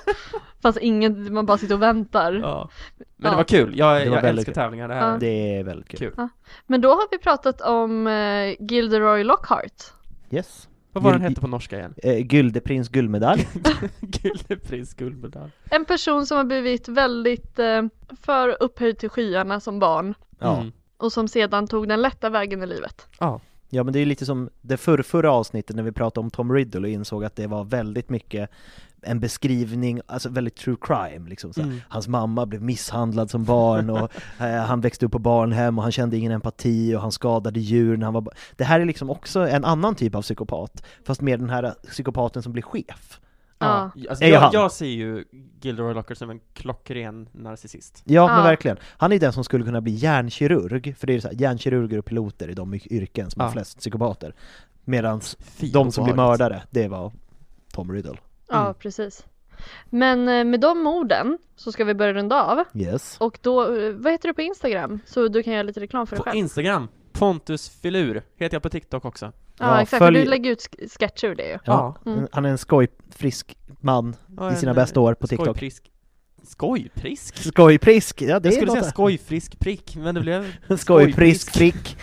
Fast inget, man bara sitter och väntar.
Ja. Men
Ja.
det var kul, jag,
Det var
jag
väldigt
älskar
kul.
tävlingar, det här
Ja.
Det är väldigt kul.
kul.
Ja. Men då har vi pratat om eh, Gilderoy Lockhart.
Yes.
Vad var den
Guld-
hette på norska igen?
Eh, Guldeprins guldmedalj.
Guldeprins guldmedalj.
En person som har blivit väldigt eh, för upphöjd till skyarna som barn
Ja.
Mm.
och som sedan tog den lätta vägen i livet.
Ja.
Ja men det är lite som det förrförra avsnittet när vi pratade om Tom Riddle och insåg att det var väldigt mycket en beskrivning, alltså väldigt true crime liksom. Så här,
Mm.
Hans mamma blev misshandlad som barn och eh, han växte upp på barnhem och han kände ingen empati och han skadade djur när han var ba- Det här är liksom också en annan typ av psykopat, fast mer den här psykopaten som blir chef.
Ja.
Alltså,
Är han?
jag, jag ser ju Gilderoy Lockhart som en klockren narcissist.
Ja, men
Ja.
verkligen. Han är den som skulle kunna bli hjärnkirurg, för det är ju så här, hjärnkirurger och piloter är de y- yrken som har
Ja.
flest psykopater. Medan
Fy,
de som blir
obehagligt.
mördare, det var Tom Riddle.
Ja,
Mm.
precis. Men eh, med de orden så ska vi börja runda av.
Yes.
Och då, eh, vad heter du på Instagram? Så du kan göra lite reklam för dig
På
själv.
Instagram, Pontus Filur, heter jag på TikTok också.
Ja,
Ja,
exakt. För
följ-
Du lägger ut sk- sketcher ur det ju.
Ja,
Ja. Mm.
han är en skoj, frisk man
Ja,
i sina
en, eh,
bästa år på TikTok.
Skojprisk. Skojprisk?
Skojprisk, ja det
Jag
är
skulle
något.
säga skojfrisk prick, men det blev...
Skojprisk prick.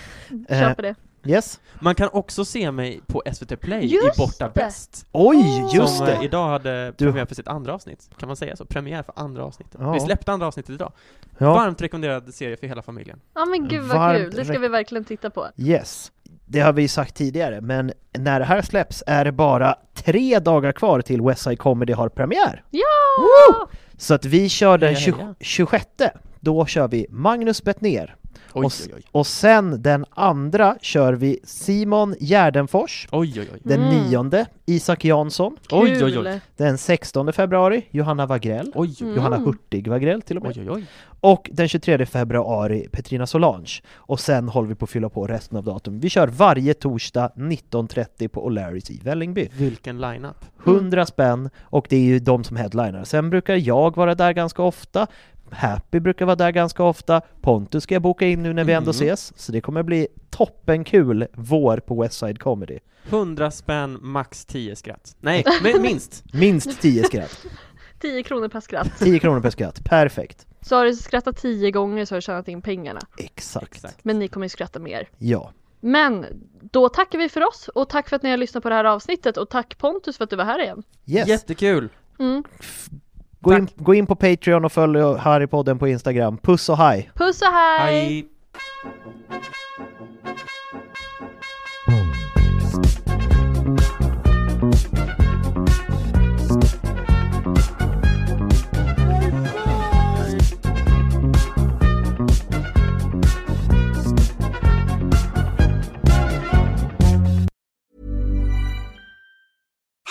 Eh,
Köper det.
Yes.
Man kan också se mig på SVT Play
Just
i Borta
det.
Bäst.
Oj, just
som
det!
eh, idag hade
Du-
premiär för sitt andra avsnitt. Kan man säga så? Premiär för andra avsnittet.
Ja.
Vi släppte andra avsnittet idag.
Ja.
Varmt rekommenderad serie för hela familjen.
Ja men gud vad
Varmt
kul, det ska
rek-
vi verkligen titta på.
Yes. Det har vi ju sagt tidigare, men när det här släpps är det bara tre dagar kvar till West Side Comedy har premiär.
Ja!
Woo! Så att vi kör den
Heja, heja.
20, 26, då kör vi Magnus Bettner.
Oj,
och, s-
oj, oj.
och sen den andra kör vi Simon Gärdenfors,
Oj, oj, oj.
den
Mm.
nionde Isak Jansson,
Oj, oj,
Kul.
oj.
den 16 februari Johanna Wagrell,
Oj, oj,
Johanna Hurtig Wagrell till och med,
oj, oj, oj.
och den 23 februari Petrina Solange. Och sen håller vi på att fylla på resten av datum. Vi kör varje torsdag 19.30 på O'Larrys i Vällingby.
Vilken line-up.
100 spänn och det är ju de som headlinar. Sen brukar jag vara där ganska ofta, Happy brukar vara där ganska ofta, Pontus ska jag boka in nu när vi ändå ses, så det kommer bli toppenkul vår på Westside Comedy.
100 spänn, max 10 skratt. Nej, men minst!
Minst 10 skratt,
10 kronor per skratt.
10 kronor per skratt, perfekt.
Så har du skrattat 10 gånger så har du tjänat in pengarna.
Exakt.
Exakt.
Men ni kommer ju skratta mer.
Ja.
Men då tackar vi för oss och tack för att ni har lyssnat på det här avsnittet och tack Pontus för att du var här igen.
Yes.
Jättekul!
Gå, in, gå in på Patreon och följ Harrypodden på Instagram. Puss och hej!
Puss och hej!
Hej.